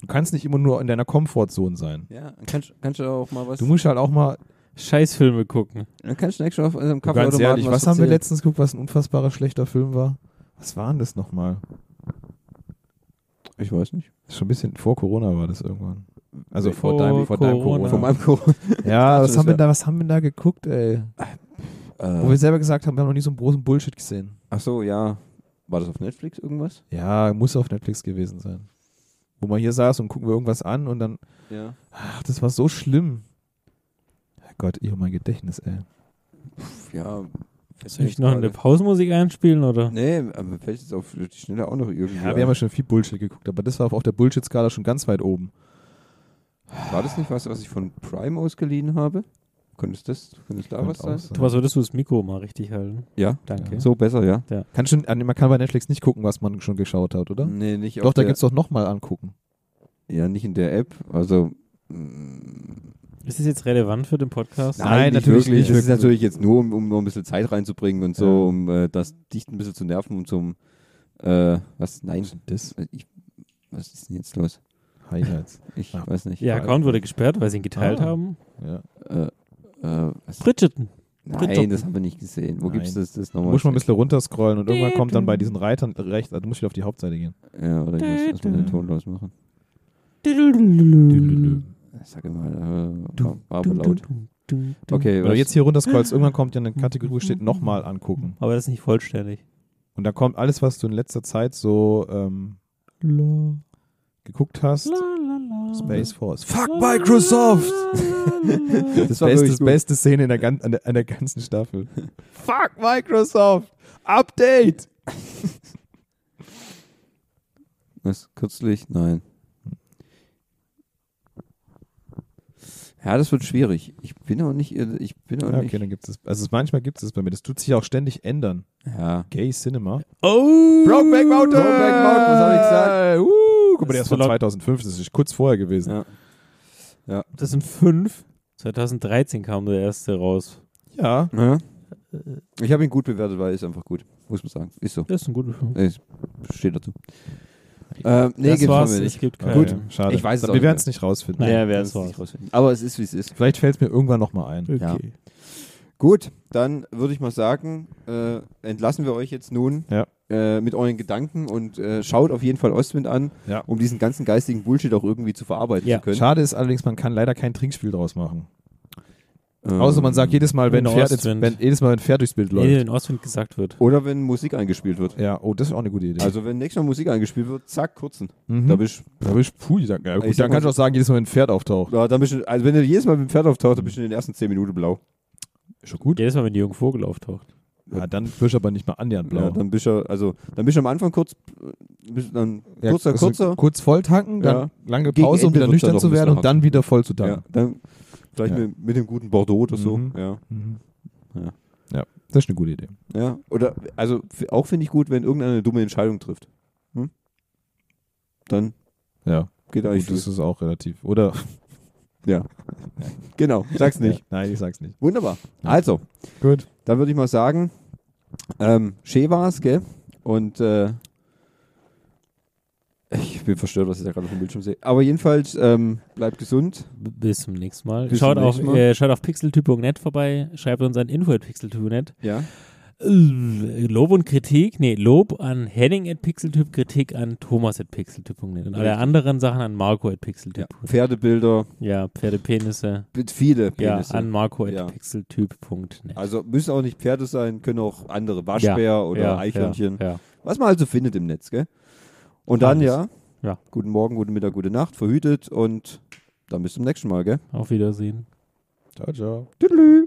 S2: Du kannst nicht immer nur in deiner Komfortzone sein.
S1: ja, dann kannst, kannst du auch mal was.
S2: Du musst halt auch mal,
S3: Scheißfilme gucken.
S1: dann kannst du extra auf unserem
S2: ganz
S1: Kaffeeautomaten
S2: ehrlich, was, haben wir
S1: erzählen.
S2: letztens geguckt, was ein unfassbarer schlechter Film war? Was war denn das nochmal?
S1: Ich weiß nicht.
S2: Ist Schon ein bisschen vor Corona war das irgendwann. Also vor,
S3: Vor
S2: deinem, vor deinem
S3: Corona.
S2: Corona.
S1: Von meinem Corona.
S2: Ja, was
S1: das
S2: haben, wir
S1: wär-
S2: da, was haben wir da geguckt, ey? Wo
S1: Äh,
S2: wir selber gesagt haben, wir haben noch nie so einen großen Bullshit gesehen.
S1: ach so, ja. War das auf Netflix irgendwas?
S2: Ja, muss auf Netflix gewesen sein. Wo man hier saß und gucken wir irgendwas an und dann,
S1: Ja.
S2: ach, das war so schlimm. Gott, ich und mein Gedächtnis, ey.
S1: Ja.
S3: Soll ich noch eine Pausenmusik einspielen, oder?
S1: Nee, aber mir fällt jetzt auf die Schnelle auch noch irgendwie.
S2: Ja, wir haben ja schon viel Bullshit geguckt, aber das war auf der Bullshit-Skala schon ganz weit oben.
S1: war das nicht was, was ich von Prime ausgeliehen habe? Könnte es das, könnte es da was
S2: Könnte auch
S1: sein?
S2: sein.
S3: Thomas, würdest du das Mikro mal richtig halten?
S1: Ja.
S3: Danke.
S1: So besser, ja?
S2: Kann schon, an- man kann bei Netflix nicht gucken, was man schon geschaut hat, oder?
S1: Nee, nicht
S2: Doch,
S1: auf
S2: da
S1: der,
S2: gibt's doch nochmal angucken.
S1: Ja, nicht in der App. Also. mm,
S3: Ist das jetzt relevant für den Podcast?
S2: Nein, natürlich nicht.
S1: Das ist
S2: Wirklich.
S1: natürlich jetzt nur, um, um noch ein bisschen Zeit reinzubringen und so,
S2: Ja.
S1: um äh, das Dicht ein bisschen zu nerven und zum. Äh, was? Nein, das. Ich, was ist denn jetzt los?
S2: Highlights.
S1: Ich
S2: Ah.
S1: weiß nicht.
S3: Ihr Account wurde gesperrt, weil sie ihn geteilt
S2: Ah.
S3: haben.
S2: ja.
S1: Äh, äh, was?
S3: Bridgerton.
S1: Nein, das haben wir nicht gesehen. Wo
S2: Nein.
S1: gibt's das, das
S2: Du
S1: nochmal?
S2: musst mal ein bisschen runterscrollen und irgendwann kommt dann bei diesen Reitern rechts, also du musst wieder auf die Hauptseite gehen.
S1: ja, oder ich muss erstmal den Ton losmachen. Sag mal, äh, war, war aber laut. Okay,
S2: Wenn du
S1: was-
S2: jetzt hier runterscrollst, irgendwann kommt ja eine Kategorie, wo steht nochmal angucken.
S3: Aber das ist nicht vollständig.
S2: Und da kommt alles, was du in letzter Zeit so ähm, geguckt hast. Space Force. Fuck Microsoft! Das
S1: war
S2: beste,
S1: wirklich gut.
S2: beste Szene in der, gan an der, an der ganzen Staffel. Fuck Microsoft! Update!
S1: Was? Kürzlich? Nein. Ja, das wird schwierig. Ich bin auch nicht. Ich bin auch
S2: Ja,
S1: nicht.
S2: okay, dann gibt es. Also es, manchmal gibt es das bei mir. Das tut sich auch ständig ändern.
S1: Ja.
S2: Gay Cinema.
S3: Oh!
S2: Brokeback Mountain!
S1: Brokeback Mountain, was hab ich gesagt?
S2: Uh, guck mal, der
S3: Das
S2: ist von
S3: ist so laut.
S2: 2005. Das ist kurz vorher gewesen.
S1: Ja.
S3: Das sind fünf. 2013 kam der erste raus.
S2: Ja.
S1: Ja. Ich habe ihn gut bewertet, weil er ist einfach gut. Muss man sagen. Ist so.
S3: Das ist ein guter Film.
S1: Es steht dazu. Ähm, nee,
S3: das
S1: gibt's
S3: war's.
S1: von mir
S3: Es
S1: nicht.
S3: gibt keinen.
S2: Gut, schade.
S1: Ich weiß es
S2: Dann-
S1: auch
S2: Wir
S1: nicht
S2: werden es nicht rausfinden.
S3: Nein,
S1: Ja, wir
S3: das
S1: werden's
S3: war's.
S1: nicht rausfinden. Aber es ist, wie es ist.
S2: Vielleicht fällt es mir irgendwann nochmal ein.
S3: Okay.
S1: Gut, dann würde ich mal sagen, äh, entlassen wir euch jetzt nun
S2: Ja.
S1: äh, mit euren Gedanken und äh, schaut auf jeden Fall Ostwind an,
S2: Ja.
S1: um diesen ganzen geistigen Bullshit auch irgendwie zu verarbeiten
S3: Ja.
S1: zu können.
S2: Schade ist allerdings, man kann leider kein Trinkspiel draus machen.
S1: Ähm,
S2: Außer man sagt jedes Mal, wenn,
S3: Ohne
S2: Pferd, jetzt,
S3: Ostwind.
S2: wenn jedes Mal, wenn Pferd durchs Bild
S3: Ehe
S2: läuft.
S3: in Ostwind gesagt wird.
S1: Oder wenn Musik eingespielt wird.
S2: Ja, oh, das ist auch eine gute Idee.
S1: Also wenn nächstes Mal Musik eingespielt wird, zack, kurzen.
S2: Mhm.
S1: Da bist,
S2: Da bist du, puh, dann, ja,
S1: Ich
S2: gut,
S1: sag
S2: dann
S1: mal
S2: kannst du auch sagen, jedes Mal, wenn ein Pferd auftaucht.
S1: ja, da bist du, also wenn du jedes Mal mit dem Pferd auftaucht, dann bist du in den ersten 10 Minuten blau.
S2: Ist schon gut.
S3: Jedes Mal, wenn die Jungen Vogel auftaucht.
S2: Ja, dann bist du aber nicht mal annähernd
S1: Ja,
S2: blau.
S1: dann bist du, also dann bist du am Anfang kurz, bist dann
S2: Ja,
S1: kurzer,
S2: also
S1: kurzer.
S2: Kurz voll tanken, dann
S1: Ja.
S2: lange
S1: Gegen
S2: Pause, um
S1: Ende wird's
S2: wieder
S1: dann
S2: nüchtern
S1: noch
S2: zu
S1: ein bisschen
S2: werden und dann wieder voll zu
S1: Ja,
S2: tanken.
S1: dann vielleicht
S2: Ja.
S1: mit, mit dem guten Bordeaux oder so.
S2: Mhm.
S1: Ja.
S2: Mhm.
S1: Ja.
S2: Ja. Das ist eine gute Idee.
S1: Ja, oder, also f- auch finde ich gut, wenn irgendeiner eine dumme Entscheidung trifft. Hm? Dann
S2: Ja.
S1: geht
S2: Gut,
S1: eigentlich
S2: das
S1: los.
S2: ist auch relativ. Oder?
S1: Genau, sag's nicht.
S2: Ja. Nein, ich sag's nicht.
S1: Wunderbar.
S2: Ja.
S1: Also,
S2: Gut.
S1: dann würde ich mal sagen, ähm, Shea war's, gell? Und äh, ich bin verstört, was ich da gerade auf dem Bildschirm sehe. Aber jedenfalls, ähm, bleibt gesund.
S3: B- Bis zum nächsten Mal.
S1: Bis zum
S3: schaut,
S1: nächsten
S3: auf,
S1: Mal.
S3: Äh, schaut auf pixeltyp.net vorbei, schreibt uns an info.pixeltyp.net.
S1: Ja.
S3: Äh, Lob und Kritik, nee, Lob an Henning at Pixeltyp, Kritik an Thomas at Pixeltyp.net und alle
S1: Richtig.
S3: anderen Sachen an Marco at
S1: ja.
S3: Pixeltyp.
S1: Pferdebilder,
S3: Ja, Pferdepenisse.
S1: mit viele
S3: Ja,
S1: Penisse.
S3: an Marco at
S1: Ja.
S3: Pixeltyp.net.
S1: also müssen auch nicht Pferde sein, können auch andere Waschbär oder
S3: ja,
S1: Eichhörnchen.
S3: Ja, ja.
S1: Was man also findet im Netz, gell? Und dann
S3: Alles.
S1: ja,
S3: Ja.
S1: guten Morgen, guten Mittag, gute Nacht, verhütet und dann bis zum nächsten Mal, gell?
S3: Auf Wiedersehen.
S2: Ciao, ciao.
S1: Tüdelü.